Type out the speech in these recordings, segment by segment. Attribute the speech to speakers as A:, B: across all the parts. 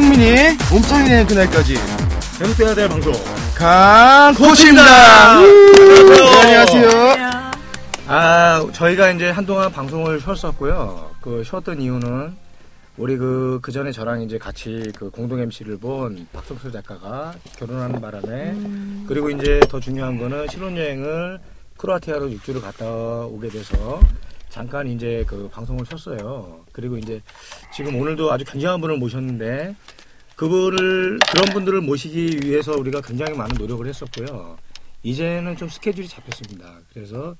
A: 덕분에 몸짱이 되는 그날까지
B: 계속돼야 될 방송.
A: 강코치입니다. 네, 안녕하세요.
B: 아, 저희가 이제 한동안 방송을 쉬었었고요. 그 쉬었던 이유는 우리 그, 그 전에 저랑 이제 같이 그 공동 MC를 본 박성수 작가가 결혼하는 바람에
A: 음.
B: 그리고 이제 더 중요한 거는 신혼여행을 크로아티아로 6주를 갔다 오게 돼서 잠깐 이제 그 방송을 쉬었어요. 그리고 이제 지금 오늘도 아주 굉장한 분을 모셨는데 그분을 그런 분들을 모시기 위해서 우리가 굉장히 많은 노력을 했었고요. 이제는 좀 스케줄이 잡혔습니다. 그래서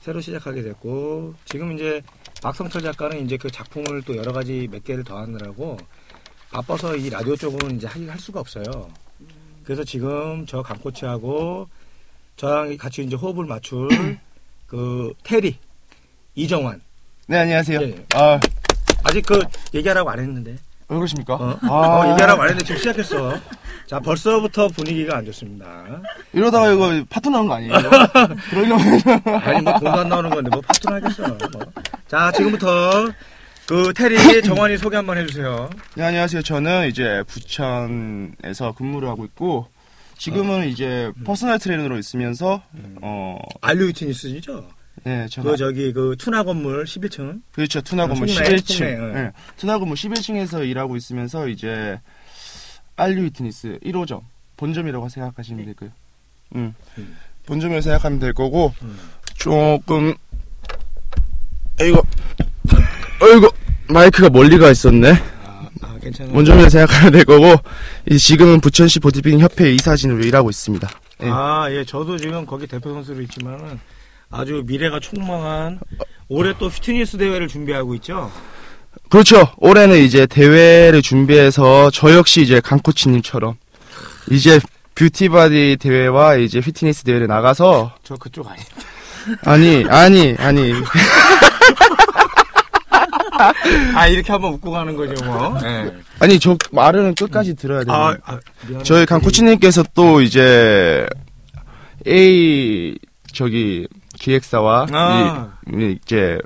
B: 새로 시작하게 됐고 지금 이제 박성철 작가는 이제 그 작품을 또 여러 가지 몇 개를 더 하느라고 바빠서 이 라디오 쪽은 이제 하기 할 수가 없어요. 그래서 지금 저 강코치하고 저랑 같이 이제 호흡을 맞출 그 테리 이정환
A: 네, 안녕하세요.
B: 예, 예.
A: 아,
B: 아직 그 얘기하라고 안 했는데
A: 왜 그러십니까?
B: 어?
A: 아,
B: 어, 얘기하라고 안 했는데 지금 시작했어. 자 벌써부터 분위기가 안 좋습니다.
A: 이러다가 이거 파토 나온 거 아니에요? 그러려면.
B: 아니 뭐 돈도 안 나오는 건데 뭐 파트너 하겠어. 뭐. 자 지금부터 그 테리 정환이 소개 한번 해주세요.
A: 네, 안녕하세요. 저는 이제 부천에서 근무를 하고 있고, 지금은
B: 어.
A: 이제 퍼스널 트레이너로 있으면서,
B: 음.
A: 어,
B: 알류 유티니스죠?
A: 네, 제가.
B: 그 저기 그 투나 건물 11층.
A: 그렇죠. 투나 건물
B: 아, 속내,
A: 11층.
B: 속내, 예.
A: 예. 투나 건물 11층에서 일하고 있으면서 이제 알류 위트니스 1호점 본점이라고 생각하시면 되고요. 음.
B: 네. 음.
A: 본점이라고 생각하면 될 거고
B: 음.
A: 조금 아이고 아이고 마이크가 멀리가 있었네.
B: 아, 아 괜찮아.
A: 본점이라고 생각하면 될 거고 이 지금은 부천시 보디빌딩 협회 이사진으로 일하고 있습니다. 예.
B: 아, 예, 저도 지금 거기 대표 선수로 있지만은 아주 미래가 촉망한 올해 또 휘트니스 대회를 준비하고 있죠.
A: 그렇죠. 올해는 이제 대회를 준비해서 저 역시 이제 강코치님처럼 이제 뷰티바디 대회와 이제 휘트니스 대회를 나가서
B: 저 그쪽 아닌데.
A: 아니 아니 아니
B: 아, 이렇게 한번 웃고 가는 거죠, 뭐. 예.
A: 아니 저 말은 끝까지 들어야 돼요.
B: 아, 아, 미안해.
A: 네. 저희 강코치님께서 또 이제 A 저기 기획사와
B: 아.
A: 이, 이제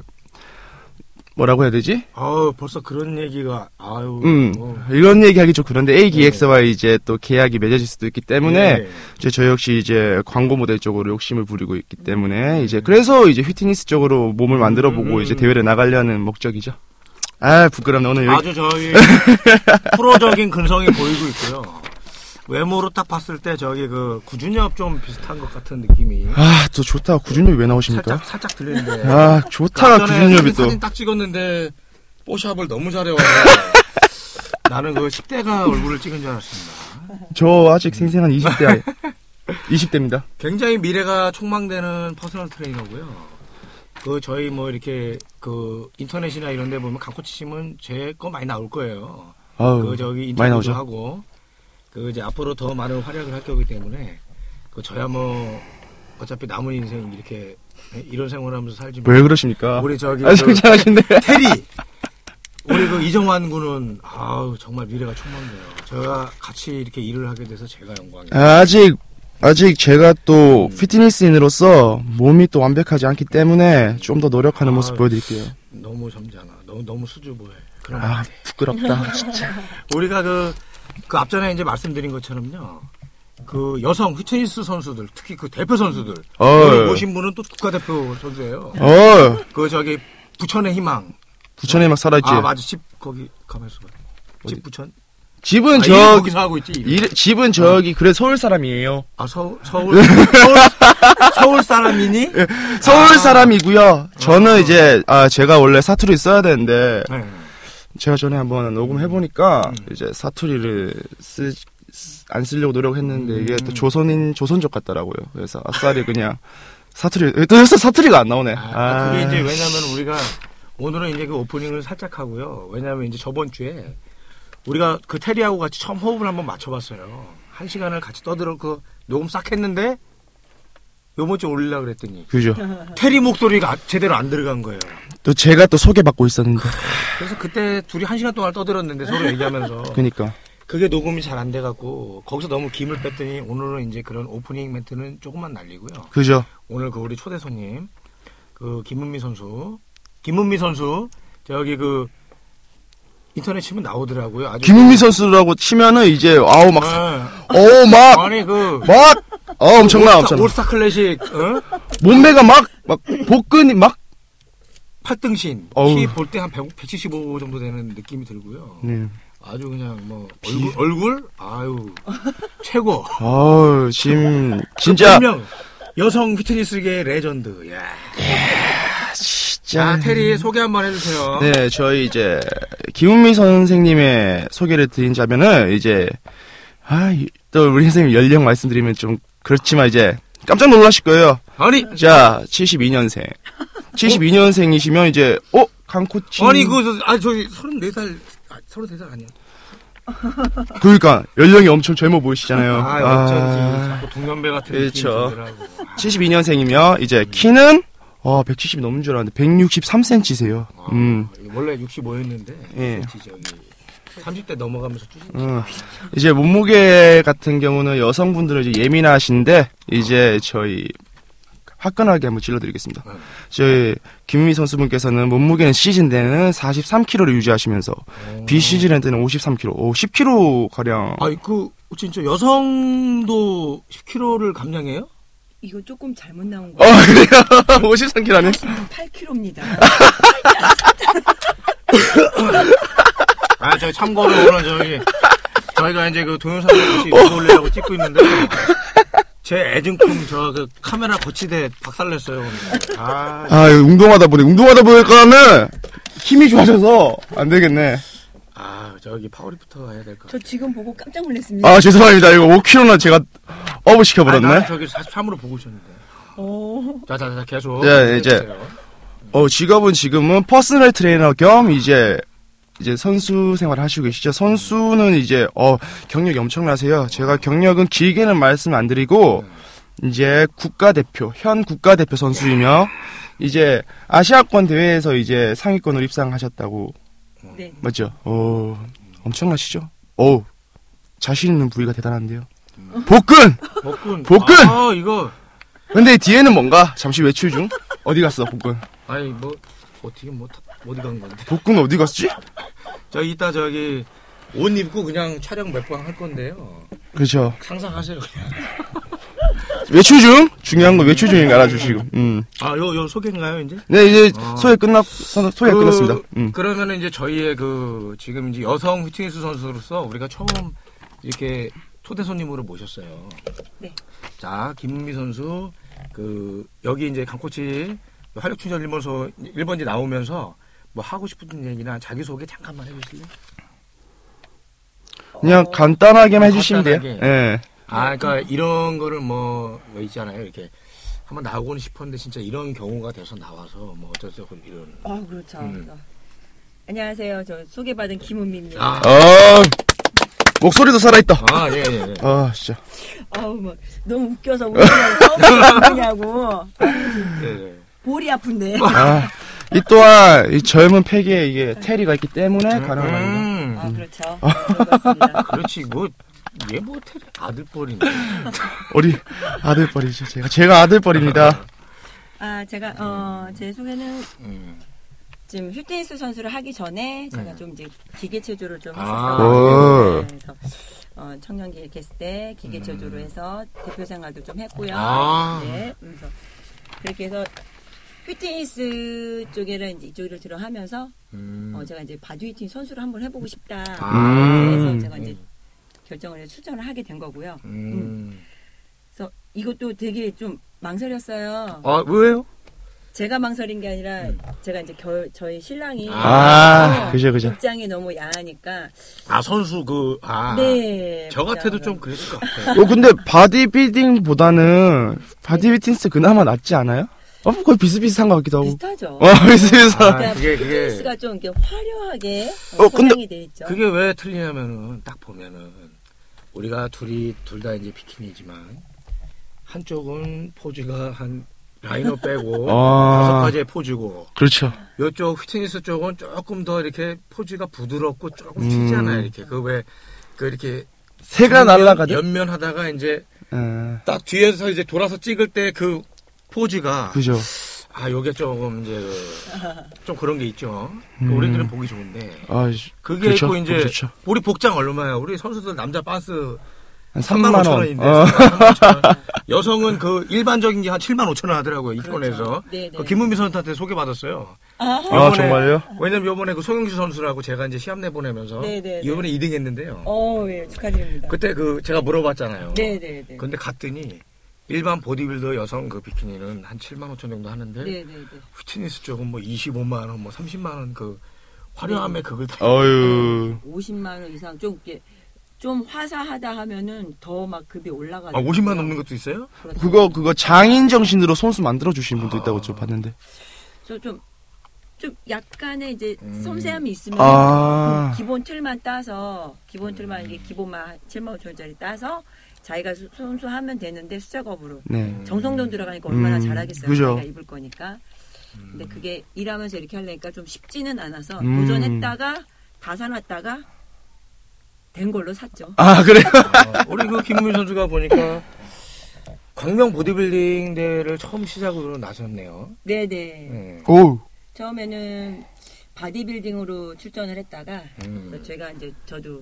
A: 뭐라고 해야 되지?
B: 아우, 벌써 그런 얘기가 아유.
A: 음
B: 어.
A: 이런 얘기하기 좀 그런데 A 기획사와 이제 또 계약이 맺어질 수도 있기 때문에
B: 예.
A: 이제 저 역시 이제 광고 모델 쪽으로 욕심을 부리고 있기 때문에 이제 그래서 이제 휘트니스 쪽으로 몸을 만들어 보고
B: 음.
A: 이제 대회를 나가려는 목적이죠. 아 부끄럽네 오늘 여기
B: 아주 저희 프로적인 근성이 보이고 있고요. 외모로 딱 봤을 때 저기 그 구준엽 좀 비슷한 것 같은 느낌이
A: 아 또 좋다 구준엽이 왜 나오십니까?
B: 살짝 살짝 들리는데.
A: 아 좋다
B: 앞전에
A: 구준엽이 또
C: 사진 딱 찍었는데 뽀샵을 너무 잘해와
B: 나는 그 10대가 얼굴을 찍은 줄 알았습니다.
A: 저 아직 생생한 20대 20대입니다.
B: 굉장히 미래가 촉망되는 퍼스널 트레이너고요. 그 저희 뭐 이렇게 그 인터넷이나 이런 데 보면 강코치 씨는 제 거 많이 나올 거예요.
A: 아우
B: 그 저기
A: 어,
B: 인터뷰도
A: 많이 나오죠.
B: 하고 그 이제 앞으로 더 많은 활약을 할 거기 때문에 그 저야 뭐 어차피 남은 인생 이렇게 이런 생활하면서 살지
A: 왜 그러십니까?
B: 우리 저기
A: 아
B: 그
A: 성장하신데
B: 테리 우리 그 이정환 군은 아우 정말 미래가 촉망돼요. 제가 같이 이렇게 일을 하게 돼서 제가 영광이에요.
A: 아직 아직 제가 또 피트니스인으로서 몸이 또 완벽하지 않기 때문에 좀 더 노력하는 모습
B: 아.
A: 보여드릴게요.
B: 너무 점잖아. 너무 너무 수줍어해. 그런
A: 아 부끄럽다 진짜.
B: 우리가 그, 그 앞전에 이제 말씀드린 것처럼요. 그 여성 휘트니스 선수들, 특히 그 대표 선수들.
A: 어.
B: 오늘 모신 분은 또 국가대표 선수예요.
A: 어
B: 그 저기 부천의 희망.
A: 부천에 막 살아있지.
B: 아, 맞아. 집, 거기, 가만있어 봐. 집 부천?
A: 집은
B: 아,
A: 저
B: 저... 거기서 어. 하고 있지. 일.
A: 일- 집은 저기 그래 서울 사람이에요.
B: 아, 서울, 서울, 서울, 서울 사람이니? 네.
A: 서울 사람이고요. 아. 저는
B: 어.
A: 이제 아 제가 원래 사투리 써야 되는데
B: 네.
A: 제가 전에 한번 녹음해 보니까 이제 사투리를 쓰. 쓰- 안 쓰려고 노력했는데 이게
B: 음.
A: 또 조선인 조선족 같더라고요. 그래서 아싸리 그냥 사투리 또 요새 사투리가 안 나오네.
B: 아, 그게 이제 왜냐면 우리가 오늘은 이제 그 오프닝을 살짝 하고요. 왜냐면 이제 저번 주에 우리가 그 테리하고 같이 처음 호흡을 한번 맞춰봤어요. 한 시간을 같이 떠들어 그 녹음 싹 했는데 요번 주에 올리려고 그랬더니
A: 그죠.
B: 테리 목소리가 아- 제대로 안 들어간 거예요.
A: 또 제가 또 소개받고 있었는데.
B: 그래서 그때 둘이 한 시간 동안 떠들었는데 서로 얘기하면서
A: 그니까.
B: 그게 녹음이 잘 안 돼갖고 거기서 너무 김을 뺐더니 오늘은 이제 그런 오프닝 멘트는 조금만 날리고요.
A: 그죠.
B: 오늘 그 우리 초대 손님 그 김은미 선수 김은미 선수 저기 그 인터넷 치면 나오더라고요. 아주
A: 김은미 선수라고 치면은 이제 아우 막 사-
B: 음. 아,
A: 어우 막
B: 아니 그
A: 막 어,
B: 올스타,
A: 엄청나 엄청나
B: 올스타 클래식 어?
A: 몸매가 막 막 복근이 막
B: 팔등신
A: 어우.
B: 키 볼 때 한 175 정도 되는 느낌이 들고요.
A: 네.
B: 아주 그냥 뭐 얼굴, 얼굴? 아유 최고.
A: 아우 지금 진짜
B: 분명 여성 피트니스계 레전드. 야. 자
A: 진짜
B: 테리 소개 한번 해주세요.
A: 네, 저희 이제 김은미 선생님의 소개를 드린 자면은 이제 아 또 우리 선생님 연령 말씀드리면 좀 그렇지만 이제 깜짝 놀라실 거예요.
B: 아니
A: 자, 72년생. 72년생이시면 이제 어 강코치.
B: 아니 그아 저기 34살 아, 33살 아니야?
A: 그러니까 연령이 엄청 젊어 보이시잖아요.
B: 아, 어쩐지 자꾸 동년배 같은
A: 그렇죠.
B: 느낌이 들더라고.
A: 72년생이며 이제 키는 어 170이 넘는 줄 알았는데 163cm세요.
B: 아,
A: 음.
B: 원래 65였는데
A: 예.
B: 저기 30대 넘어가면서 쭉
A: 어, 이제 몸무게 같은 경우는 여성분들은 이제 예민하신데 이제 저희 화끈하게 한번 질러드리겠습니다.
B: 네.
A: 저희 김미 선수분께서는 몸무게는 시즌 때는 43kg를 유지하시면서 비시즌 때는 53kg, 오, 10kg 가량.
B: 아그 진짜 여성도 10kg를 감량해요?
D: 이거 조금 잘못 나온
A: 어
D: 거.
A: 그래요? 53kg네.
D: 8kg입니다.
B: 아, 저 참고로 오늘 저기 저희가 이제 그 동영상을 같이 올리려고 찍고 있는데 제 애증품 저 그 카메라 거치대 박살냈어요 오늘. 아,
A: 아 이거 운동하다 보니 운동하다 보니까는 힘이 좋아져서 안 되겠네.
B: 아 저기 파워리프터 해야 될까?
D: 저 지금 보고 깜짝 놀랐습니다.
A: 아 죄송합니다. 이거 5kg나 제가 업을 시켜버렸네.
B: 아, 저기 43으로 보고 있었는데.
D: 어,
B: 자자자 계속.
A: 네, 이제. 어, 직업은 지금은 퍼스널 트레이너 겸 이제 이제 선수 생활을 하시고 계시죠. 선수는 이제 어, 경력이 엄청나세요. 제가 경력은 길게는 말씀 안 드리고 이제 국가대표, 현 국가대표 선수이며 이제 아시아권 대회에서 이제 상위권을 입상하셨다고
D: 네.
A: 맞죠? 오, 엄청나시죠? 오, 자신 있는 부위가 대단한데요. 복근.
B: 복근.
A: 복근!
B: 아 이거
A: 근데 뒤에는 뭔가 잠시 외출 중. 어디 갔어 복근?
B: 아니 뭐 어떻게 뭐 어디 간 건데?
A: 복근 어디 갔지?
B: 저 이따 저기 옷 입고 그냥 촬영 몇 번 할 건데요.
A: 그렇죠.
B: 상상하세요. 그냥.
A: 외출 중 중요한 건 외출 중인 거 알아주시고. 음.
B: 아, 요, 요 소개인가요, 이제?
A: 네 이제
B: 아.
A: 소개 끝났 선- 소개
B: 그-
A: 끝났습니다. 음.
B: 그러면은 이제 저희의 그, 지금 이제 여성 휘트니스 선수로서 우리가 처음 이렇게 초대 손님으로 모셨어요.
D: 네.
B: 자, 김은미 선수, 그, 여기 이제 강코치 그 활력충전 1번소, 1번지 나오면서 뭐 하고 싶은 얘기나 자기소개 잠깐만 해주실래요?
A: 그냥
D: 어.
A: 간단하게만 해주시면 돼요. 예.
B: 어. 간단하게. 아, 그러니까 이런 거를 뭐, 뭐 있잖아요. 이렇게 한번 나오고는 싶었는데 진짜 이런 경우가 돼서 나와서 뭐 어쩔 수 없고 이런.
D: 아, 그렇죠.
B: 음.
D: 어. 안녕하세요. 저 소개받은 김은미입니다.
B: 아,
A: 어 목소리도 살아있다.
B: 아, 예, 예, 예.
A: 아 진짜.
D: 아우, 뭐, 너무 웃겨서 웃으냐고, 웃으냐고.
B: 예, 예.
D: 볼이 아픈데.
A: 아. 이 또한 이 젊은 팩에 이게 테리가 있기 때문에 가능한 겁니다.
B: 음,
D: 아, 그렇죠. 그렇습니다.
B: 그렇지, 뭐, 얘뭐 테리 아들뻘인데.
A: 우리 아들뻘이죠 제가 제가 아들뻘입니다.
D: 아, 제가, 어, 제 소개는
B: 음.
D: 지금 휴테니스 선수를 하기 전에 제가 좀 이제 기계체조를 좀
B: 네. 아.
D: 했었어요. 네, 그래서 어, 청년기에 했을 때 기계체조로 해서 대표 생활도 좀 했고요.
B: 음. 아.
D: 네, 그래서 그렇게 해서 휴테니스 쪽에는 이제 이쪽으로 들어가면서
B: 음.
D: 어, 제가 이제 바디웨이팅 선수를 한번 해보고 싶다. 네.
B: 아.
D: 그래서 제가 이제 결정을 해서 출전을 하게 된 거고요.
B: 음.
D: 그래서 이것도 되게 좀 망설였어요.
B: 아, 왜요?
D: 제가 망설인 게 아니라
B: 음.
D: 제가 이제 결, 저희 신랑이
A: 아 그죠 그죠.
D: 입장이 너무 야하니까.
B: 아, 선수 그, 아.
D: 네.
B: 저 같아도
D: 입장은.
B: 좀 그랬을 것 같아요.
A: 어 근데 바디빌딩보다는 바디빌딩스 그나마 낫지 않아요? 어 거의 비슷비슷한 것 같기도 하고.
D: 뭐 비슷하죠.
A: 어 비슷비슷한.
D: 네,
B: 아, 그게, 그게.
D: 스가 좀 이렇게 화려하게
A: 어,
D: 어,
A: 근데-
D: 근데... 돼 있죠.
B: 그게 왜 틀리냐면은 딱 보면은 우리가 둘이 둘 다 이제 비키니지만 한쪽은 포즈가 한 라인업 빼고
A: 아.
B: 다섯 가지의 포즈고
A: 그렇죠.
B: 요쪽 휘트니스 쪽은 조금 더 이렇게 포즈가 부드럽고 조금 튀잖아요 이렇게 그 왜 그 이렇게 옆면-
A: 새가 음. 날라가죠.
B: 옆면하다가 이제
A: 예.
B: 딱 뒤에서 이제 돌아서 찍을 때 그 포즈가
A: 그죠.
B: 아, 요게 조금 이제 그- 좀 그런 게 있죠.
A: 음.
B: 우리들은 보기 좋은데.
A: 아,
B: 그게
A: 그렇죠.
B: 있고 이제
A: 그렇죠.
B: 우리 복장 얼마야? 우리 선수들 남자 반스
A: 한
B: 3만
A: 3만
B: 5천
A: 원.
B: 원인데
A: 어.
B: 3만 5천 원. 여성은 그 일반적인 게 한 7만 5천 원 하더라고요 이권에서.
D: 그렇죠. 네, 네.
B: 그 김은미 선수한테 소개받았어요.
A: 아, 정말요?
B: 왜냐면 요번에 그 송영주 선수라고 제가 이제 시합 내보내면서
D: 네, 네, 네.
B: 이번에 2등 했는데요.
D: 어, 예, 축하드립니다.
B: 그때 그 제가 물어봤잖아요.
D: 네, 네, 네.
B: 근데 갔더니 일반 보디빌더 여성 그 비키니는 한 7만 5천 정도 하는데
D: 네, 네, 네.
B: 휘트니스 쪽은 뭐 25만 원, 뭐 30만 원 그 화려함에 그걸
D: 어.
B: 다
A: 어유.
D: 50만 원 이상 좀 이렇게 좀 화사하다 하면은 더 막 급이 그렇죠. 올라가.
B: 아, 50만 넘는 것도 있어요?
A: 그거 그거 장인 정신으로 선수 만들어 주신 분도 있다고 저 봤는데.
D: 좀좀 좀 약간의 이제 섬세함이 있으면
A: 음. 아.
D: 그 기본 틀만 따서 기본 틀만 이게 기본만 7만 5천 원짜리 따서 자기가 수- 손수하면 되는데 수작업으로
A: 네.
D: 정성돈 들어가니까 얼마나
A: 음,
D: 잘하겠어요.
A: 그죠.
D: 자기가 입을 거니까. 근데 그게 일하면서 이렇게 하려니까 좀 쉽지는 않아서
A: 음.
D: 도전했다가 다 사놨다가 된 걸로 샀죠.
A: 아, 그래요?
B: 아, 우리 그 김민 선수가 보니까 광명 보디빌딩 대회를 처음 시작으로 나섰네요.
D: 네네.
B: 네.
A: 오.
D: 처음에는 바디빌딩으로 출전을 했다가
B: 음.
D: 그래서 제가 이제 저도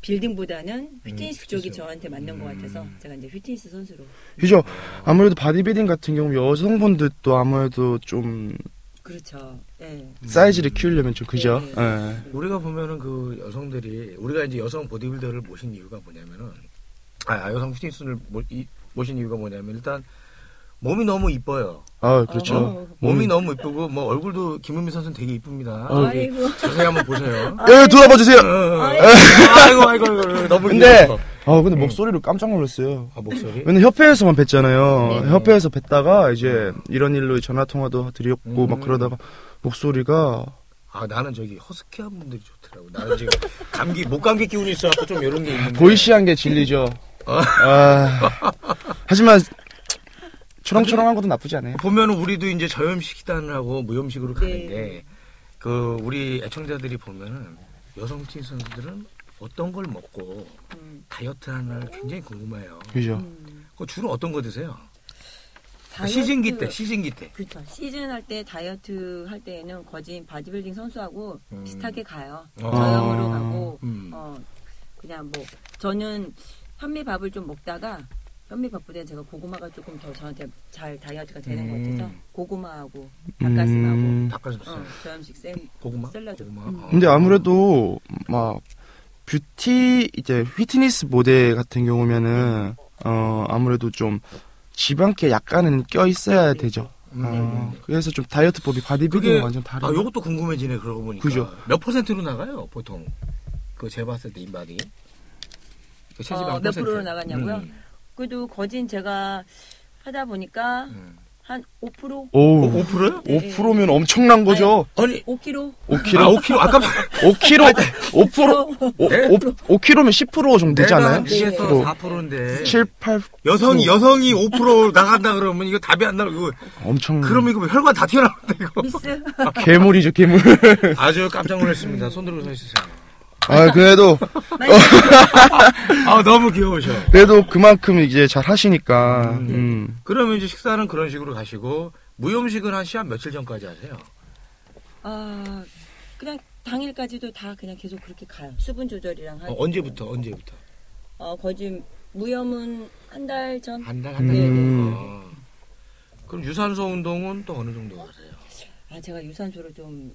D: 빌딩보다는 휘트니스 쪽이 저한테 맞는 것 같아서 제가 이제 휘트니스 선수로
A: 그죠? 아무래도 바디빌딩 같은 경우 여성분들도 아무래도 좀
D: 그렇죠. 예.
A: 사이즈를 키우려면 좀 그죠?
D: 네.
A: 예.
B: 우리가 보면은 그 여성들이 우리가 이제 여성 보디빌더를 모신 이유가 뭐냐면은 아, 아 여성 피트니스를 모, 신 이유가 뭐냐면 일단 몸이 너무 이뻐요.
A: 아, 그렇죠.
D: 어.
B: 몸이 너무 이쁘고 뭐 얼굴도 김은미 선수는 되게 이쁘입니다.
A: 어.
D: 아이고.
B: 자세히 한번 보세요. 어.
A: 예, 돌아봐 주세요.
B: 아이고
D: 아이고.
B: 아이고 아이고, 아이고, 너무
A: 근데
B: 귀여워.
A: 아, 근데 목소리로 깜짝 놀랐어요.
B: 아, 목소리
A: 왜냐면 협회에서만 뵀잖아요.
B: 네.
A: 협회에서 뵀다가 이제 이런 일로 전화 통화도 드렸고 막 그러다가 목소리가
B: 아 나는 저기 허스키한 분들이 좋더라고. 나는 지금 감기 목 감기 기운이 있어갖고 좀 이런 게 있는데.
A: 네. 보이시한 게 진리죠. 아, 하지만 초롱초롱한 것도 나쁘지 않아요.
B: 보면은 우리도 이제 저염식단하고 무염식으로 가는데
D: 네.
B: 그 우리 애청자들이 보면은 여성 팀 선수들은 어떤 걸 먹고
D: 음,
B: 다이어트 하나 굉장히 궁금해요.
A: 그죠?
D: 음.
B: 그 주로 어떤 거 드세요? 그러니까
D: 다이어트-
B: 아, 시즌기 때, 시즌기 때.
D: 그렇죠. 시즌 할 때 다이어트 할 때에는 거진 바디빌딩 선수하고
B: 음.
D: 비슷하게 가요.
B: 아.
D: 저염으로 가고
B: 음.
D: 어, 그냥 뭐 저는 현미밥을 좀 먹다가 현미밥보다 제가 고구마가 조금 더 저한테 잘 다이어트가 되는
B: 음.
D: 것 같아서 고구마하고 닭가슴하고
A: 음.
B: 닭가슴살,
D: 어, 저염식 쌤
B: 고구마,
D: 샐러드.
B: 고구마. 어.
A: 근데 아무래도 막 뷰티 이제 휘트니스 모델 같은 경우면은 어 아무래도 좀 지방계 약간은 껴 있어야 되죠.
B: 음.
A: 어, 그래서 좀 다이어트법이
B: 그게
A: 바디빌딩과 완전 다른.
B: 아 요것도 궁금해지네 그러고 보니까.
A: 그죠.
B: 몇 퍼센트로 나가요 보통? 그 재봤을 때 인바디. 그 체지방
D: 어, 몇
B: 퍼센트.
D: 프로로 나갔냐고요?
B: 음,
D: 그래도 거진 제가 하다 보니까
B: 음.
D: 한 5%
B: 어, 오,
A: 오,
B: 5%요?
A: 5%면 엄청난 거죠.
B: 아니
D: 5kg
A: 5kg.
B: 아, 5kg 아까
A: 5kg 5%
B: 네?
A: 5kg면 10% 정도 되지 않아요?
D: 네.
B: 2에서 네.
A: 10%.
B: 4%인데
A: 7, 8
B: 여성이 여성이 5% 나간다 그러면 이거 답이 안 나고 이거
A: 엄청 아,
B: 그러면 이거 혈관 다 튀어나온다 이거.
D: 미스
A: 괴물이죠, 괴물.
B: 아주 깜짝 놀랐습니다. 손 들고 서 있으세요.
A: 아, 그래도
D: 많이
B: 아 너무 귀여우셔.
A: 그래도 그만큼 이제 잘 하시니까. 음.
B: 그러면 이제 식사는 그런 식으로 가시고 무염식은 한 시합 며칠 전까지 하세요.
D: 아 그냥 당일까지도 다 그냥 계속 그렇게 가요. 수분 조절이랑 한
B: 어, 언제부터 언제부터?
D: 어, 거진 무염은 한 달 전.
B: 한 달 한 달.
A: 음.
B: 어. 그럼 유산소 운동은 또 어느 정도 하세요?
D: 아 제가 유산소를 좀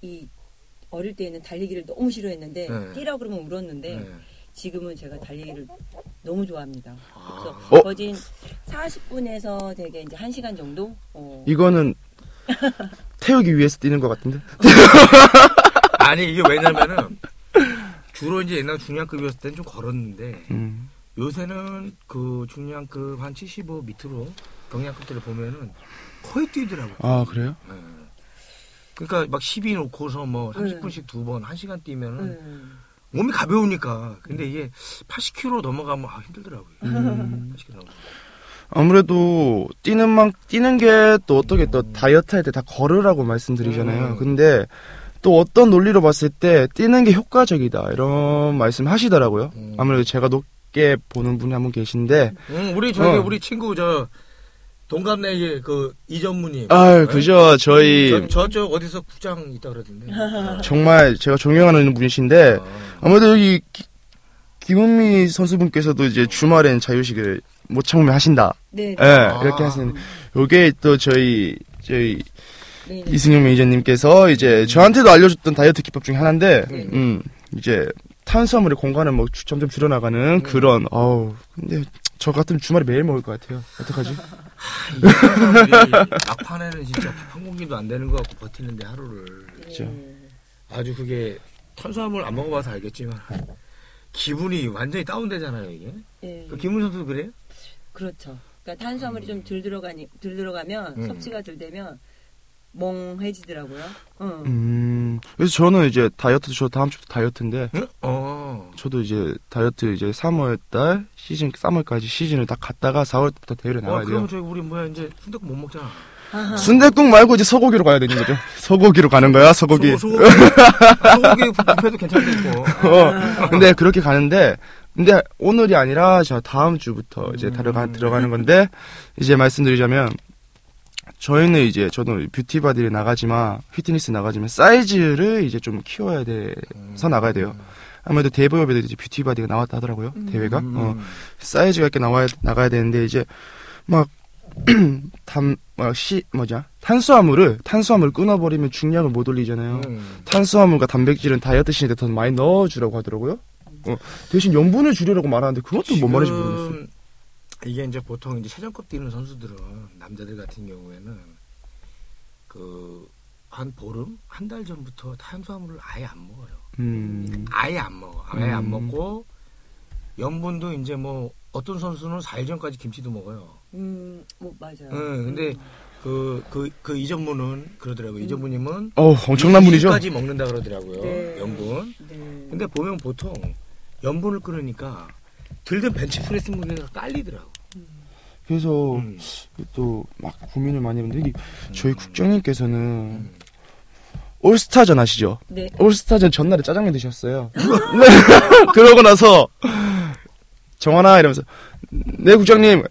D: 이 어릴 때는 달리기를 너무 싫어했는데
B: 네.
D: 뛰라고 그러면 울었는데
B: 네.
D: 지금은 제가 달리기를 너무 좋아합니다. 그래서
A: 어?
D: 거진 40분에서 되게 이제 1시간 정도 어,
A: 이거는 태우기 위해서 뛰는 것 같은데.
B: 아니 이게 왜냐면은 주로 이제 옛날 중량급이었을 때는 좀 걸었는데
A: 음.
B: 요새는 그 중량급 한 75 밑으로 경량급들을 보면은 거의 뛰더라고.
A: 아, 그래요?
B: 그러니까 막 10이 놓고서 뭐
D: 네.
B: 30분씩 두 번, 1시간 뛰면은
D: 음,
B: 몸이 가벼우니까. 근데
A: 음.
B: 이게 80kg 넘어가면 아 힘들더라고요. 80kg 넘어.
A: 아무래도 뛰는 만 뛰는 게 또 어떻게 또 다이어트 할 때 다 걸으라고 말씀드리잖아요.
B: 음.
A: 근데 또 어떤 논리로 봤을 때 뛰는 게 효과적이다 이런 말씀 하시더라고요.
B: 음.
A: 아무래도 제가 높게 보는 분이 한 분 계신데
B: 응, 음, 우리 저기
A: 어.
B: 우리 친구 저 동갑내기 그 이전무님.
A: 아, 그죠.
B: 음.
A: 저희
B: 저, 저쪽 어디서 국장 있다 그러던데.
A: 정말 제가 존경하는
B: 어.
A: 분이신데 아무래도 여기 기- 김은미 선수분께서도 이제 주말엔 자유식을 못 참으면 하신다.
D: 네.
A: 예,
B: 아.
A: 이렇게 하시는. 요게 또 저희 저희
D: 네, 네.
A: 이승용 매니저님께서 이제 저한테도 알려줬던 다이어트 기법 중에 하나인데, 음, 이제 탄수화물의 공간을 뭐 주- 점점 줄여나가는 그런. 어우, 근데 저 같은 주말에 매일 먹을 것 같아요. 어떡하지?
B: 우리 막판에는 진짜 한 공기도 안 되는 것 같고 버티는데 하루를
D: 네.
A: 그죠.
B: 아주 그게 탄수화물 안 먹어봐서 알겠지만 기분이 완전히 다운되잖아요 이게.
D: 예,
B: 그 김훈 선수 도 그래요?
D: 그렇죠. 그러니까 탄수화물이 좀 덜 들어가니 덜 들어가면
B: 음.
D: 섭취가 덜 되면 멍해지더라고요. 어. 응.
A: 음, 그래서 저는 이제 다이어트, 저 다음 주부터 다이어트인데,
B: 응? 어.
A: 저도 이제 다이어트 이제 3월달 시즌, 3월까지 시즌을 다 갔다가 4월부터 대회를
B: 아,
A: 나가야 돼요.
B: 그러면 저희 우리 뭐야 이제 순대국 못 먹잖아.
A: 순대국 말고 이제 소고기로 가야 되는 거죠. 소고기로 가는 거야, 소고기.
B: 소고- 소고기 소고기 뷔페도 괜찮겠고.
A: 어, 근데 그렇게 가는데, 근데 오늘이 아니라 저 다음 주부터 이제 들어가, 들어가는 건데, 이제 말씀드리자면, 저희는 이제, 저도 뷰티 바디를 나가지만, 피트니스 나가지만, 사이즈를 이제 좀 키워야 돼서 나가야 돼요. 아무래도 대부업에도 이제 뷰티 바디가 나왔다 하더라고요, 대회가. 어,
B: 음,
A: 사이즈가 이렇게 나와야, 나가야 되는데, 이제, 막, 담, 뭐, 시, 뭐냐, 탄수화물을, 탄수화물 끊어버리면 중량을 못 올리잖아요.
B: 음.
A: 탄수화물과 단백질은 다이어트 시에 더 많이 넣어주라고 하더라고요. 어, 대신 염분을 줄이라고 말하는데 그것도 뭔 말인지 모르겠어요.
B: 지금 이게 이제 보통 이제 최전급 뛰는 선수들은 남자들 같은 경우에는 그 한 보름 한 달 전부터 탄수화물을 아예 안 먹어요.
A: 음,
B: 아예 안 먹어. 아예 안
A: 음.
B: 먹고 염분도 이제 뭐 어떤 선수는 4일 전까지 김치도 먹어요.
D: 음, 뭐 맞아요.
B: 응, 네, 근데 그, 그, 그 이전무는 그러더라고요. 이전무님은
A: 어, 엄청난 분이죠.
B: 까지 먹는다 그러더라고요.
D: 음. 네.
B: 염분.
D: 네.
B: 근데 보면 보통 염분을 끊으니까 들든 벤치프레스 무게가 깔리더라고.
A: 그래서
B: 음.
A: 또 막 고민을 많이 했는데 이게 저희 국장님께서는 올스타전 아시죠?
D: 네.
A: 올스타전 전날에 짜장면 드셨어요. 네. 그러고 나서 정환아 이러면서 네 국장님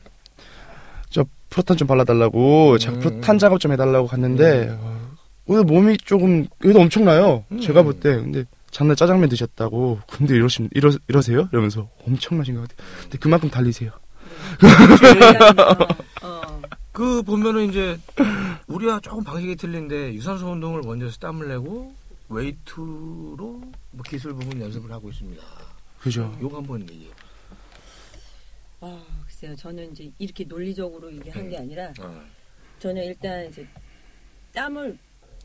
A: 저 프로탄 좀 발라달라고 자
B: 음.
A: 프로탄 작업 좀 해달라고 갔는데 어, 오늘 몸이 조금 그래도 엄청나요.
B: 음.
A: 제가 볼 때 근데 전날 짜장면 드셨다고 근데 이러시 이러, 이러세요? 이러면서 엄청나신 것 같아요. 근데 그만큼 달리세요.
D: 그러니까, 어,
B: 그 보면은 이제 우리와 조금 방식이 틀린데 유산소 운동을 먼저 해서 땀을 내고 웨이트로 뭐 기술 부분 연습을 하고 있습니다.
A: 그죠?
B: 요거 한번 얘기해.
D: 아, 글쎄요. 저는 이제 이렇게 논리적으로 이게 한 게 아니라
B: 어.
D: 저는 일단 이제 땀을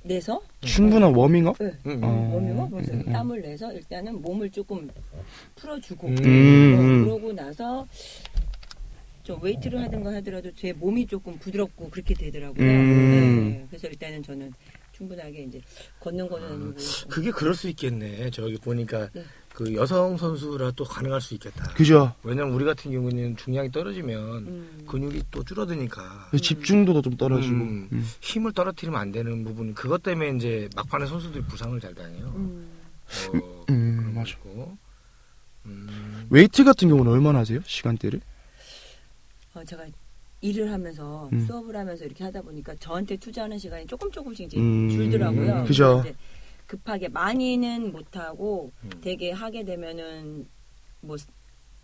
D: 내서
A: 충분한 워밍업?
D: 네.
B: 음.
A: 어.
D: 몸이고
A: 음,
D: 그래서
A: 음, 음.
D: 땀을 내서 일단은 몸을 조금 풀어주고
B: 음.
A: 음.
D: 어, 그러고 나서 좀 웨이트를 하든가 하더라도 제 몸이 조금 부드럽고 그렇게 되더라고요.
A: 음.
D: 네. 그래서 일단은 저는 충분하게 이제 걷는 거는 아니고
B: 그게 그럴 수 있겠네. 저기 보니까
D: 네.
B: 그 여성 선수라 또 가능할 수 있겠다.
A: 그죠?
B: 왜냐면 우리 같은 경우는 중량이 떨어지면
D: 음.
B: 근육이 또 줄어드니까
A: 그 집중도도 좀 떨어지고.
B: 음.
A: 음.
B: 힘을 떨어뜨리면 안 되는 부분 그것 때문에 이제 막판에 선수들이 부상을 잘 당해요.
D: 음.
B: 어,
A: 음,
B: 그런 거
A: 맞아.
B: 있고. 음,
A: 웨이트 같은 경우는 얼마나 하세요? 시간대를?
D: 어, 제가 일을 하면서
A: 음.
D: 수업을 하면서 이렇게 하다 보니까 저한테 투자하는 시간이 조금 조금씩 이제
A: 음.
D: 줄더라고요.
A: 그죠.
D: 그래서 이제 급하게 많이는 못 하고
B: 음.
D: 되게 하게 되면은 뭐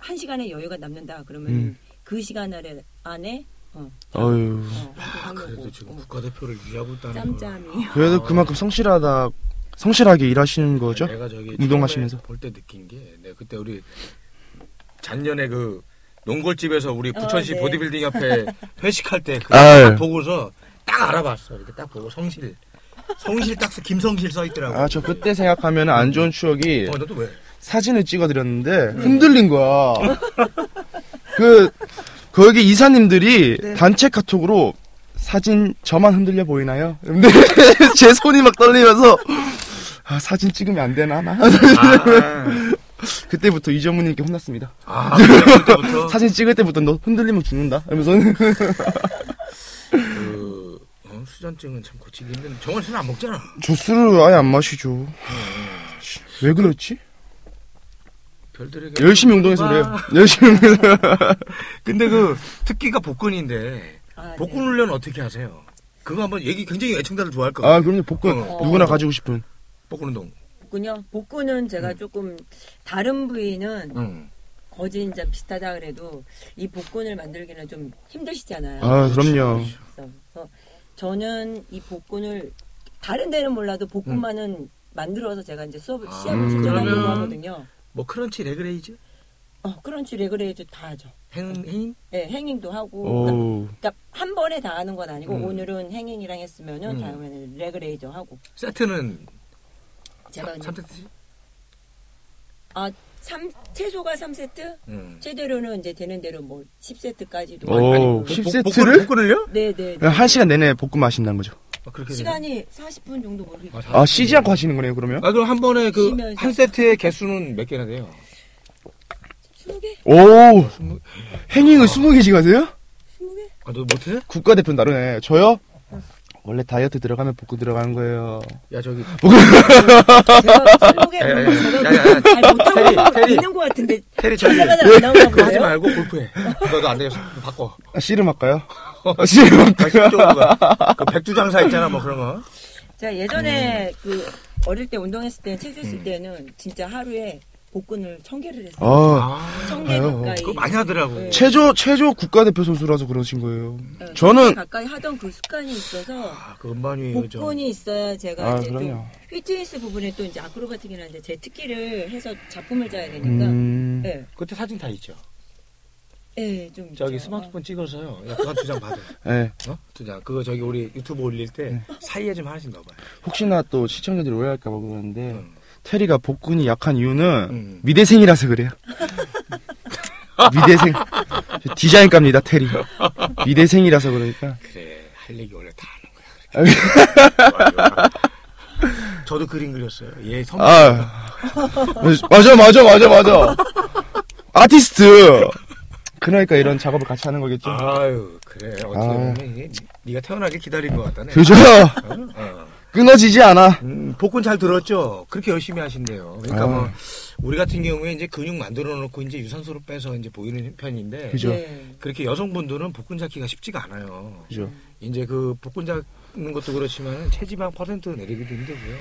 D: 한 시간의 여유가 남는다 그러면
A: 음.
D: 그 시간 안에 안에 어,
A: 어휴.
D: 어,
B: 아, 그래도
D: 하려고.
B: 지금
D: 어,
B: 국가대표를 유지하고 있다는
D: 짬짬이.
A: 그래도
B: 아. 네.
A: 그만큼 성실하다, 성실하게 일하시는
B: 거.
A: 거죠?
B: 내가 저기
A: 운동하시면서.
B: 볼 때 느낀 게 내가 그때 우리 작년에 그 농골집에서 우리
D: 어,
B: 부천시
D: 네.
B: 보디빌딩 협회 회식할 때 그
A: 아유. 예.
B: 보고서 딱 알아봤어. 이렇게 딱 보고 성실. 성실 딱 써- 김성실 써 있더라고.
A: 아, 저 예. 그때 생각하면 안 좋은 추억이
B: 어, 네. 너도 왜?
A: 사진을 찍어드렸는데 흔들린 거야. 그, 거기 이사님들이 단체 카톡으로 사진 저만 흔들려 보이나요? 근데 제 손이 막 떨리면서 아, 사진 찍으면 안 되나? 나? 그때부터 이전무님께 혼났습니다.
B: 아, 그때부터
A: 사진 찍을 때부터 너 흔들리면 죽는다? 이러면서
B: 그 어, 수전증은 참 고치기 힘든. 정원 씨는 안 먹잖아.
A: 저 술을 아예 안 마시죠.
B: 아,
A: 왜 그렇지?
B: 별들에게
A: 열심히 운동해서
B: 와.
A: 그래요. 열심히 운동해서.
B: 근데 그 특기가 복근인데
D: 아,
B: 복근 훈련 어떻게 하세요? 그거 한번 얘기 굉장히 애청자들 좋아할 것 같아요.
A: 아, 그럼요. 복근
B: 어.
A: 누구나 가지고 싶은.
B: 복근 운동.
D: 네. 복근요? 복근은
B: 음.
D: 제가 조금 다른 부위는
B: 응.
D: 거진 이제 비슷하다 그래도 이 복근을 만들기는 좀 힘드시잖아요.
A: 아, 그럼요.
D: 그래서 그래서 저는 이 복근을 다른 데는 몰라도 복근만은 만들어서 제가 이제 수업 을 시합을
A: 음.
D: 진행하려고
B: 아, 그러면-
D: 하거든요.
B: 뭐 크런치 레그레이즈?
D: 어, 크런치 레그레이즈 다 하죠.
B: 행, 행?
D: 예, 행잉도 하고 그러니까,
A: 오.
D: 그러니까 한 번에 다 하는 건 아니고
B: 음.
D: 오늘은 행잉이랑 했으면은
B: 음.
D: 다음에는 레그레이저 하고
B: 세트는
D: 제가 이제-
B: 3세트?
D: 아, 삼 최소가 3세트?
B: 응.
D: 최대로는 이제 되는 대로 뭐 10세트까지도
A: 오.
D: 아니고
A: 10세트를?
B: 복근을요?
D: 네, 네. 네.
A: 그냥 한 시간 내내 복근 마신다는 거죠.
B: 아, 그렇게 되나요?
D: 시간이 40분 정도 모르겠
A: 아, 쉬지 않고 하시는 거네요, 그러면?
B: 아, 그럼 한 번에 그
D: 쉬면서.
B: 한 세트의 개수는 몇 개나 돼요?
D: 20개?
A: 오! 행잉을 20개씩 하세요?
D: 20개?
B: 아, 너 못해?
A: 국가대표 나르네. 저요? 원래 다이어트 들어가면 복근 들어가는 거예요.
B: 야, 저기.
A: 뭐-
D: 제가 20개 제가
B: 야, 야, 야.
D: 잘 못하고
B: 테리,
D: 있는 거
B: 테리.
D: 있는 것 같은데
B: 테리, 저기.
D: 제가 잘안 나오나
B: 그거 하지
D: 보네요.
B: 말고 골프해. 너도 안 되겠어. 그거 바꿔.
A: 아, 씨름 할까요? 아, 씨름 할까요?
B: 쪽으로 가. 그 백두장사 있잖아, 뭐 그런 거.
D: 제가
B: 음.
D: 예전에 그 어릴 때 운동했을 때 체조했을 때는 진짜 하루에 복근을 천 개를 했어요.
A: 아,
B: 아,
D: 천개
A: 아유,
D: 가까이.
B: 그거 많이 하더라고.
D: 네.
A: 체조, 체조 국가대표 선수라서 그러신 거예요.
D: 네,
A: 저는-
D: 천개 가까이 하던 그 습관이 있어서
B: 아, 그 음반이
D: 복근이 있어야 제가
A: 아,
D: 이제
A: 그럼요.
D: 좀 휘트니스 부분에 또 이제 아크로바틱이나 이제 제 특기를 해서 작품을 짜야 되니까.
A: 음.
D: 예,
B: 그때 사진 다 있죠.
D: 예, 좀.
B: 저기
D: 저-
B: 스마트폰 찍어서요. 야, 그거 두장 받아.
A: 예.
B: 어? 두장 그거 저기 우리 유튜브 올릴 때
A: 네.
B: 사이에 좀 하나씩 넣어봐요.
A: 혹시나 또 시청자들이 오해할까봐 그러는데,
B: 음.
A: 테리가 복근이 약한 이유는
B: 음.
A: 미대생이라서 그래요. 미대생. 저 디자인과입니다, 테리. 미대생이라서 그러니까.
B: 그래 할 얘기 원래 다
A: 아,
B: 하는 거야. 그렇게. 저도 그림 그렸어요. 예, 선물.
A: 아, 맞아, 맞아, 맞아, 맞아. 아티스트. 그러니까 이런 작업을 같이 하는 거겠죠.
B: 아유 그래 어떻게 보면 이게 네가 태어나길 기다린 것 같다네.
A: 그죠?
B: 어? 어.
A: 끊어지지 않아.
B: 음, 복근 잘 들었죠? 그렇게 열심히 하신대요. 그러니까
A: 아.
B: 뭐 우리 같은 경우에 이제 근육 만들어 놓고 이제 유산소로 빼서 이제 보이는 편인데
A: 그죠?
D: 네.
B: 그렇게 여성분들은 복근 잡기가 쉽지가 않아요.
A: 그죠?
B: 이제 그 복근 잡는 것도 그렇지만 체지방 퍼센트 내리기도 힘들고요.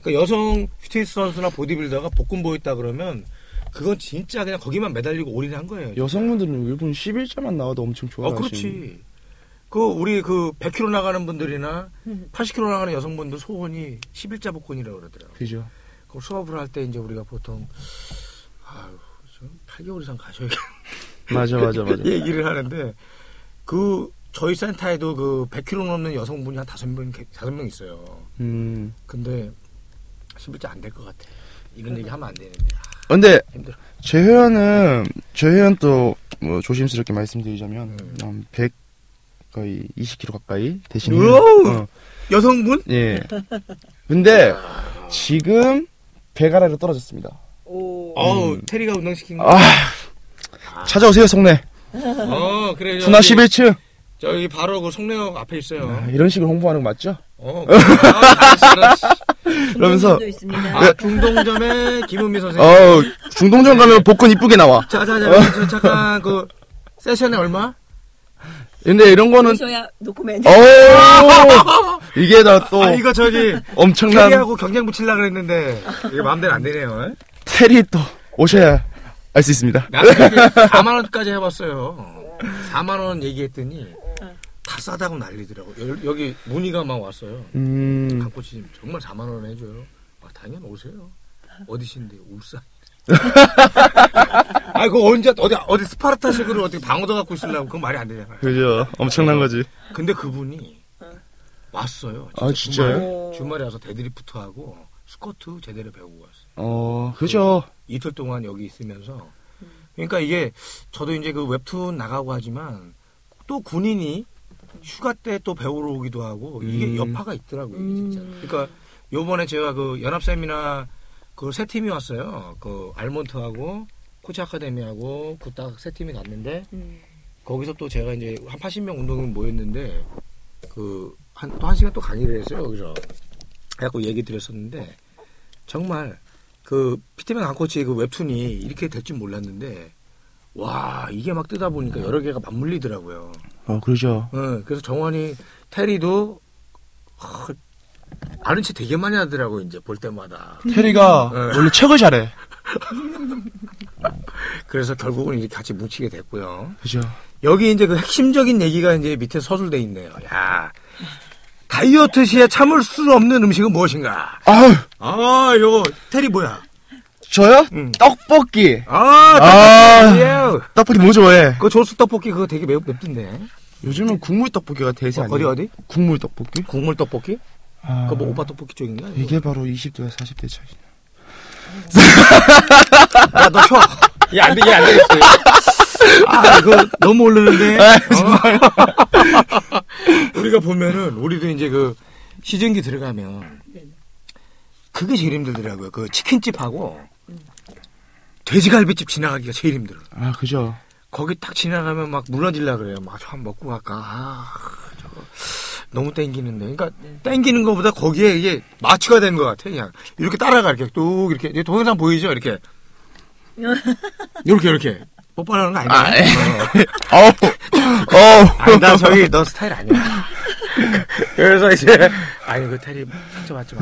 B: 그러니까 여성 휘트니스 선수나 보디빌더가 복근 보였다 그러면 그건 진짜 그냥 거기만 매달리고 올인한 거예요.
A: 음. 여성분들은 일본 11자만 나와도 엄청
B: 어,
A: 좋아하시는
B: 그렇지. 그 우리 그 100kg 나가는 분들이나 80kg 나가는 여성분들 소원이 11자 복근이라고 그러더라고요.
A: 그죠?
B: 그 수업을 할 때 이제 우리가 보통 아유, 좀 8개월 이상 가셔야겠다.
A: 네, 맞아, 맞아, 맞아.
B: 얘기를 하는데 그 저희 센터에도 그 100kg 넘는 여성분이 한 다섯 명 다섯 명 있어요.
A: 음.
B: 근데 11자 안 될 것 같아. 이런 얘기 하면 안 되는데. 아,
A: 근데
B: 힘들어.
A: 제 회원은 제 회원 또뭐 조심스럽게 말씀드리자면
B: 음.
A: 한 100 거의 20kg 가까이 되시는
B: 우와우!
A: 어,
B: 여성분?
A: 예. 근데 지금 배가라로 떨어졌습니다.
D: 오.
B: 어우, 테리가 운동시킨 거.
A: 아 찾아오세요 속내
B: 어, 그래.
A: 분화
B: 저기-
A: 11층
B: 저기 바로 그 송내역 앞에 있어요.
A: 아, 이런 식으로 홍보하는 거 맞죠?
B: 어. 그- 아, 알았어, 알았어.
A: 그러면서-
D: 운동도 있습니다.
B: 아, 중동점에 김은미 선생님.
A: 어 중동전 가면 복근 이쁘게 나와
B: 자, 자, 자, 자, 잠깐 그 세션에 얼마?
A: 근데 이런 거는
D: 저야 노코멘트.
A: 어 이게 다 또
B: 어, 아, 이거 저기
A: 엄청난
B: 테리하고 경쟁 붙이려 그랬는데 이게 마음대로 안 되네요. 어?
A: 테리 또 오셔야 알 수 있습니다
B: 나는 이게 4만 원까지 해봤어요. 4만 원 얘기했더니 다 싸다고 난리더라고. 여, 여기 문의가 막 왔어요.
A: 음
B: 강코치님 정말 4만 원 해줘요. 아, 당연 오세요. 어디신데 울산. 아, 그거 언제 어디 어디 스파르타식으로 어떻게 방어도 갖고 있으려고 그건 말이 안 되잖아요.
A: 그죠 엄청난 거지
B: 근데 그분이 왔어요.
A: 아, 진짜요?
B: 주말에, 주말에 와서 데드리프트 하고 스쿼트 제대로 배우고 왔어요.
A: 어 그죠
B: 이틀 동안 여기 있으면서 그러니까 이게 저도 이제 그 웹툰 나가고 하지만 또 군인이 휴가 때 또 배우러 오기도 하고 이게
A: 음.
B: 여파가 있더라고요, 이게 진짜.
D: 음.
B: 그러니까 요번에 제가 그 연합 세미나 그 세 팀이 왔어요. 그 알몬트하고 코치 아카데미하고 그 딱 세 팀이 갔는데
D: 음.
B: 거기서 또 제가 이제 한 80명 운동員 모였는데 그 한 또 한 시간 또 강의를 했어요 여기서 해갖고 얘기 드렸었는데 정말 그 피트맨 강코치의 그 웹툰이 이렇게 될 줄 몰랐는데 와 이게 막 뜨다 보니까 여러 개가 맞물리더라고요.
A: 어, 그러죠.
B: 예, 그래서 정환이 테리도 하, 아는 체 되게 많이 하더라고 이제 볼 때마다.
A: 테리가 원래 책을 잘해.
B: 그래서 결국은 이렇게 같이 뭉치게 됐고요.
A: 그죠.
B: 여기 이제 그 핵심적인 얘기가 이제 밑에 서술돼 있네요. 야 다이어트 시에 참을 수 없는 음식은 무엇인가?
A: 아유,
B: 아 요거 테리 뭐야?
A: 저요?
B: 음.
A: 떡볶이.
B: 아,
A: 아.
B: 떡볶이예요.
A: 떡볶이 뭐 좋아해?
B: 그 조수 떡볶이 그거 되게 매우 맵던데.
A: 요즘은 국물 떡볶이가 대세
B: 어,
A: 아니에요?
B: 어디 어디?
A: 국물 떡볶이?
B: 국물 떡볶이?
A: 아,
B: 그뭐 오빠 떡볶이 쪽인가?
A: 이게 바로 20대와 40대 차이.
B: 야너 쉬어. 야안 돼, 얘안 되겠어. 아 이거 너무 오르는데. 어. 우리가 보면은 우리도 이제 그 시즌기 들어가면 그게 제일 힘들더라고요. 그 치킨집하고 돼지갈비집 지나가기가 제일 힘들어.
A: 아, 그죠.
B: 거기 딱 지나가면 막 무너질라 그래요. 막 저 먹고 갈까. 아, 저거 너무 땡기는데. 그러니까 땡기는 것보다 거기에 이게 마취가 된 것 같아. 그냥 이렇게 따라가 이렇게 뚝 이렇게 이제 동영상 보이죠? 이렇게 이렇게 이렇게 뽀뽀하는 거 아니야?
A: 아, 예.
B: 어.
A: 어우, 어우.
B: 아니, 나 저기 너 스타일 아니야. 그래서
A: 네.
B: 이제 아니 그 테리 상처 받지 마.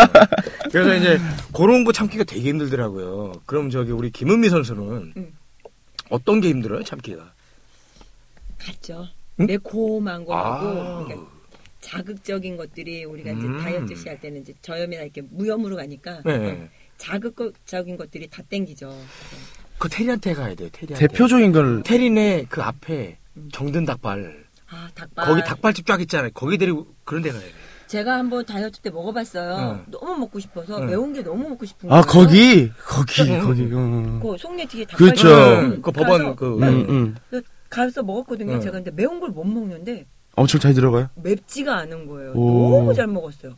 B: 그래서 이제 그런 거 참기가 되게 힘들더라고요. 그럼 저기 우리 김은미 선수는
D: 음.
B: 어떤 게 힘들어요 참기가?
D: 같죠.
B: 응?
D: 매콤한 거하고
B: 아.
D: 그러니까 자극적인 것들이 우리가 이제
B: 음.
D: 다이어트 시할 때는 이제 저염이나 이렇게 무염으로 가니까
B: 네.
D: 자극적인 것들이 다 땡기죠.
B: 그 테리한테 가야 돼요. 테리한테.
A: 대표적인 걸
B: 테리네 그 앞에 정든 닭발.
D: 아 닭발.
B: 거기 닭발집 쫙 있잖아요. 거기 데리고 그런 데 가야 돼.
D: 제가 한번 다이어트 때 먹어봤어요.
B: 응.
D: 너무 먹고 싶어서
B: 응.
D: 매운 게 너무 먹고 싶은 거예요.
A: 아 거기 거기
B: 응.
A: 거기 어. 응.
D: 그 송내튀기 닭발.
A: 그렇죠.
D: 응,
B: 그
D: 가서
B: 법원 그
A: 응, 응.
D: 그 가서 먹었거든요.
B: 응.
D: 제가 근데 매운 걸 못 먹는데
A: 엄청 잘 들어가요.
D: 맵지가 않은 거예요.
A: 오.
D: 너무 잘 먹었어요.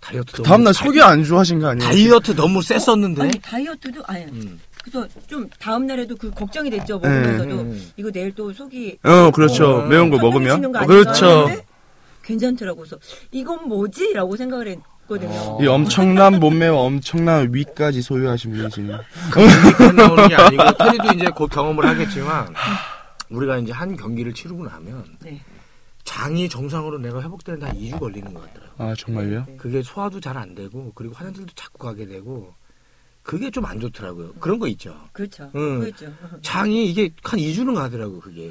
B: 다이어트. 너무
A: 다음날
B: 다-
A: 속이 안 좋아하신 거 아니에요?
B: 다이어트 너무 셌었는데.
D: 아니 다이어트도 아니
B: 네? 음.
D: 그래서 좀 다음 날에도 그 걱정이 됐죠 먹으면서도
B: 음, 음.
D: 이거 내일 또 속이
A: 어 그렇죠.
B: 어.
A: 매운 거 먹으면
D: 선명해지는 거
A: 어,
D: 아닌가
A: 그렇죠.
D: 했는데 괜찮더라고. 서 이건 뭐지라고 생각을 했거든요.
B: 아.
A: 이 엄청난 몸매와 엄청난 위까지 소유하신 분이 지금
B: 그런 나오는 게 아니고 테리도 이제 곧 경험을 하겠지만 우리가 이제 한 경기를 치르고 나면
D: 네.
B: 장이 정상으로 내가 회복되는 한 2주 걸리는 것 같더라고요.
A: 아 정말요?
D: 네.
B: 그게 소화도 잘 안 되고 그리고 화장실도 자꾸 가게 되고 그게 좀 안 좋더라고요. 그런 거 있죠.
D: 그렇죠.
B: 음.
D: 그렇죠.
B: 장이 이게 한 2주는 가더라고 그게.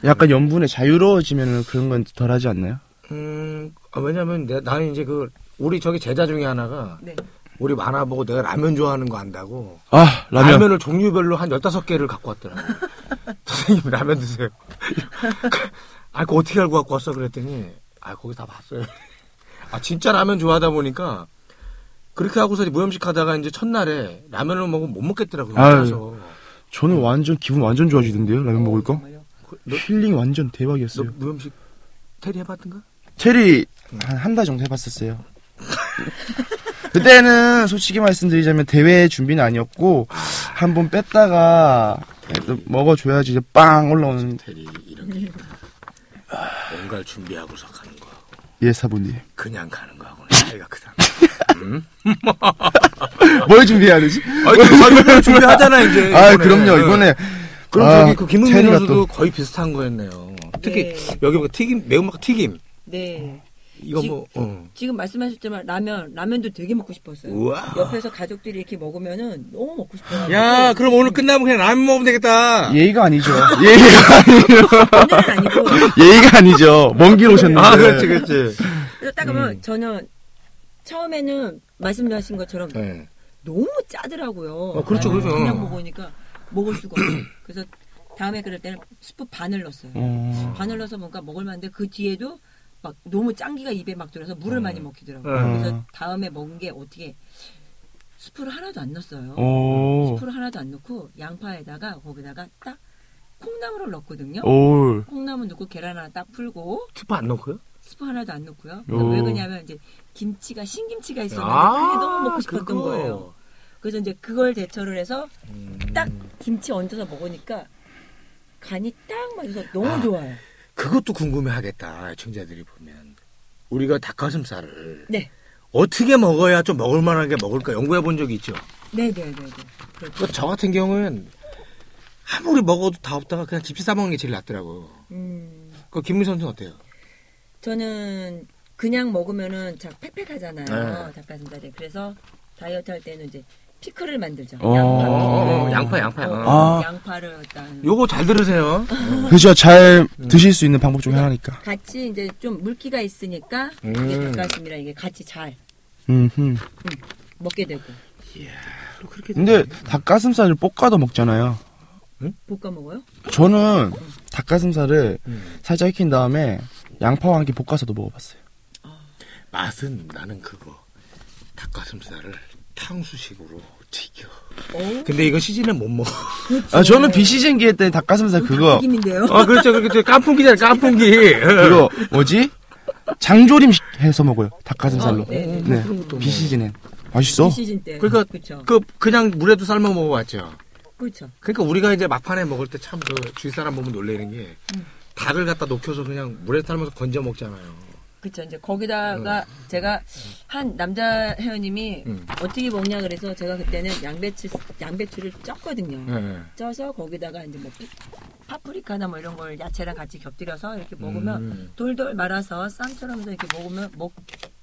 A: 네. 약간 염분에 자유로워지면 그런 건 덜하지 않나요?
B: 음, 아, 왜냐면 내, 나는 이제 그 우리 저기 제자 중에 하나가
D: 네.
B: 우리 만화 보고 내가 라면 좋아하는 거 안다고
A: 아 라면
B: 을 종류별로 한 15개를 갖고 왔더라고. 선생님 라면 드세요. 아, 그거 어떻게 알고 갖고 왔어? 그랬더니 아, 거기 다 봤어요. 아, 진짜 라면 좋아하다 보니까 그렇게 하고서 이제 무염식 하다가 이제 첫날에 라면을 먹으면 못 먹겠더라고요.
A: 아유.
B: 혼자서.
A: 저는 완전 기분 완전 좋아지던데요. 라면 먹을 거
D: 정말요?
B: 그, 너,
A: 힐링 완전
B: 너
A: 대박이었어요.
B: 무염식 테리 해봤던가?
A: 체리 한 한 달 정도 해봤었어요. 그때는 솔직히 말씀드리자면 대회 준비는 아니었고 한 번 뺐다가 그래도 먹어줘야지 이제 빵 올라오는
B: 테리 이런 게 있구나. 뭔가를 준비하고서 가는 거.
A: 예 사부님
B: 그냥 가는 거하고는 차이가 크다.
A: 뭘 준비해야 되지?
B: 아니, 준비하잖아, 이제.
A: 아
B: 이번에. 네.
A: 그럼요 이번에
B: 그럼
A: 아,
B: 저기 그 김은미
A: 테리가
B: 선수도
A: 또-
B: 거의 비슷한 거였네요. 특히
D: 네.
B: 여기 뭐 튀김 매운맛 튀김
D: 네.
B: 이거
D: 지-
B: 뭐 어.
D: 지금 말씀하셨지만 라면 라면도 되게 먹고 싶었어요.
B: 우와.
D: 옆에서 가족들이 이렇게 먹으면은 너무 먹고 싶어요.
B: 야 그럼 오늘 끝나면 그냥 라면 먹으면 되겠다.
A: 예의가 아니죠 예의가 아니에요
D: 오늘은 아니고
A: 예의가 아니죠 먼 길 오셨는데
B: 아 그렇지 그렇지.
D: 그래서 딱 보면
B: 음.
D: 저는 처음에는 말씀하신 것처럼
B: 네.
D: 너무 짜더라고요.
B: 어, 그렇죠,
D: 라면을
B: 그렇죠.
D: 그냥 먹으니까 먹을 수가 없어요. 그래서 다음에 그럴 때는 스프 반을 넣었어요.
A: 어,
D: 반을 넣어서 뭔가 먹을 만한데 그 뒤에도 막 너무 짠기가 입에 막 들어서 물을 많이 먹히더라고요.
B: 음.
D: 그래서 다음에 먹은 게 어떻게 스프를 하나도 안 넣었어요.
A: 오,
D: 스프를 하나도 안 넣고 양파에다가 거기다가 딱 콩나물을 넣거든요.
A: 오,
D: 콩나물 넣고 계란 하나 딱 풀고
B: 스프 안 넣고요?
D: 스프 하나도 안 넣고요. 그러니까
A: 오.
D: 왜 그러냐면 이제 김치가 신김치가 있었는데
B: 아,
D: 그게 너무 먹고 싶었던
B: 그거.
D: 거예요. 그래서 이제 그걸 대처를 해서
B: 음.
D: 딱 김치 얹어서 먹으니까 간이 딱 맞아서 너무
B: 아.
D: 좋아요.
B: 그것도 궁금해하겠다 청자들이 보면 우리가 닭가슴살을
D: 네,
B: 어떻게 먹어야 좀 먹을만하게 먹을까 연구해 본 적이 있죠.
D: 네, 네, 네, 네. 그렇죠.
B: 저 같은 경우는 아무리 먹어도 다 없다가 그냥 김치 싸먹는 게 제일 낫더라고요.
D: 음,
B: 그 김민 선수는 어때요?
D: 저는 그냥 먹으면은 자 팩팩하잖아요.
E: 네.
D: 닭가슴살이. 그래서 다이어트 할 때는 이제 피클을 만들죠.
A: 어.
B: 어, 어,
D: 양파.
B: 어, 양파, 양파. 어.
A: 아.
D: 양파를 일단
B: 요거 잘 들으세요.
A: 그죠. 잘 드실 수 있는 방법 중에 하나니까.
D: 같이 이제 좀 물기가 있으니까
B: 음.
D: 이게 닭가슴이랑 이게 같이 잘
A: 음. 음.
D: 먹게 되고
A: 근데 닭가슴살을 볶아도 먹잖아요.
D: 볶아 먹어요.
A: 저는 닭가슴살을
B: 음,
A: 살짝 익힌 다음에 양파와 함께 볶아서도 먹어봤어요.
B: 맛은 나는 그거. 닭가슴살을 탕수식으로 튀겨.
D: 어?
B: 근데 이거 시즌에 못 먹어.
A: 아, 저는 비시즌 기회 때 닭가슴살 그거
D: 튀김인데요.
B: 아, 그렇죠, 그렇죠. 깐풍기잖아, 깐풍기.
A: 그거 뭐지? 장조림 시- 해서 먹어요. 닭가슴살로.
D: 아, 네, 네.
A: 네. 비시즌엔 맛있어.
D: 이 시즌 때.
B: 그러니까
D: 그쵸.
B: 그 그냥 물에도 삶아 먹어봤죠.
D: 그쵸.
B: 그러니까 우리가 이제 막판에 먹을 때 참 그 주위 사람 보면 놀래는 게 닭을 갖다 녹여서 그냥 물에 삶아서 건져 먹잖아요.
D: 그쵸. 이제 거기다가 제가 한 남자 회원님이
B: 음.
D: 어떻게 먹냐 그래서 제가 그때는 양배추 양배추를 쪘거든요.
B: 네.
D: 쪄서 거기다가 이제 뭐 피- 파프리카나 뭐 이런 걸 야채랑 같이 곁들여서 이렇게 먹으면
B: 음.
D: 돌돌 말아서 쌈처럼 해서 이렇게 먹으면 먹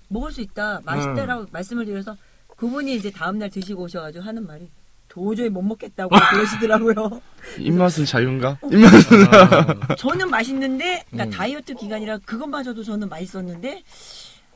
D: 먹을 수 있다 맛있다라고 말씀을 드려서 그분이 이제 다음날 드시고 오셔가지고 하는 말이 도저히 못 먹겠다고 그러시더라고요.
A: 입맛은 자유인가?
D: 어.
A: 입맛
D: 저는 맛있는데 그러니까 다이어트 기간이라 그것마저도 저는 맛있었는데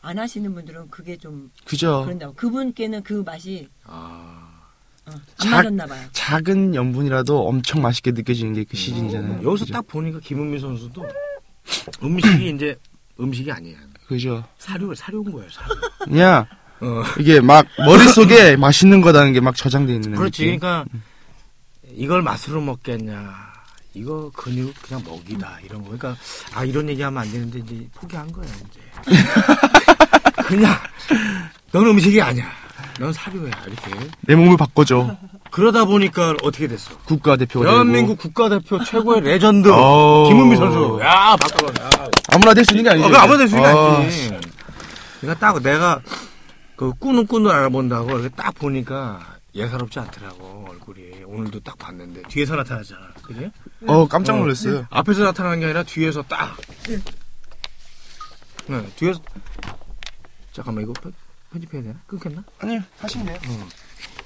D: 안 하시는 분들은 그게 좀
A: 그죠.
D: 그런다고 그분께는 그 맛이
B: 아.
D: 어, 안
A: 작-
D: 맞았나 봐요.
A: 작은 염분이라도 엄청 맛있게 느껴지는 게 그 시즌이잖아요.
B: 여기서
A: 그죠?
B: 딱 보니까 김은미 선수도 음식이 이제 음식이 아니야.
A: 그죠.
B: 사료 사료인 거예요. 사료.
A: 그냥
B: 어.
A: 이게 막 머릿속에 맛있는 거라는 게 막 저장돼 있는
B: 그렇지.
A: 느낌.
B: 그러니까 이걸 맛으로 먹겠냐. 이거 근육 그냥 먹이다 이런 거. 그러니까 아 이런 얘기하면 안 되는데 이제 포기한 거야 이제. 그냥 넌 음식이 아니야. 넌 사료야 이렇게.
A: 내 몸을 바꿔줘.
B: 그러다 보니까 어떻게 됐어?
A: 국가대표가
B: 대한민국 국가대표 최고의 레전드
A: 어.
B: 김은미 선수. 야 바꿔봐. 야.
A: 되고. 아무나 될 수 있는 게 아니죠.
B: 어, 그 아무 데수
A: 이제.
B: 있는
A: 아,
B: 지 그러니까 딱 내가 그 꾸는 꾸는 알아본다고 이렇게 딱 보니까 예사롭지 않더라고 얼굴이 오늘도 딱 봤는데 뒤에서 나타나잖아, 그지?
A: 어 깜짝 놀랐어요.
B: 앞에서 나타나는 게 아니라 뒤에서 딱. 네, 뒤에서 잠깐만 이거 편- 편집해야 되나? 끊겼나?
A: 아니 하시면 돼요.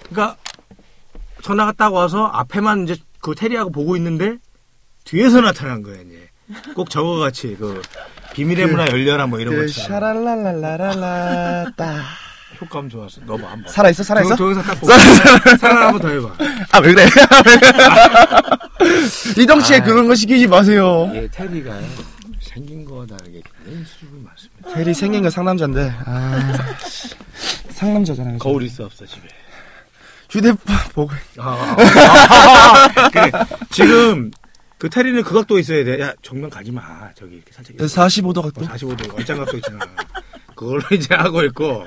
B: 그러니까 전화가 딱 와서 앞에만 이제 그 테리하고 보고 있는데 뒤에서 나타난 거야 이제. 꼭 저거 같이 그 비밀의 문화 열려라 뭐 이런
A: 그
B: 것처럼.
A: 샤랄랄랄라라라 따.
B: 효과음 좋았어. 넣어봐 한번.
A: 살아 있어 살아 있어?
B: 동영상 딱 보고. 사랑 한번 더 해봐.
A: 아 왜 그래? 이동 씨에 그런 거 시키지 마세요.
B: 예, 테리가 생긴 거와 다르게 굉장히 수줍이 많습니다.
A: 대리 생긴 거 상남자인데. 아, 상남자잖아요. 거...
B: 거울 있어 없어 집에.
A: 휴대폰 보고.
B: 아, 아, 아. 그래. 지금 그 테리는 그 각도 있어야 돼. 야 정면 가지 마. 저기 이렇게 살짝. 이렇게.
A: 45도
B: 어,
A: 각도.
B: 45도 얼짱 각도 있잖아. 그걸로 이제 하고 있고.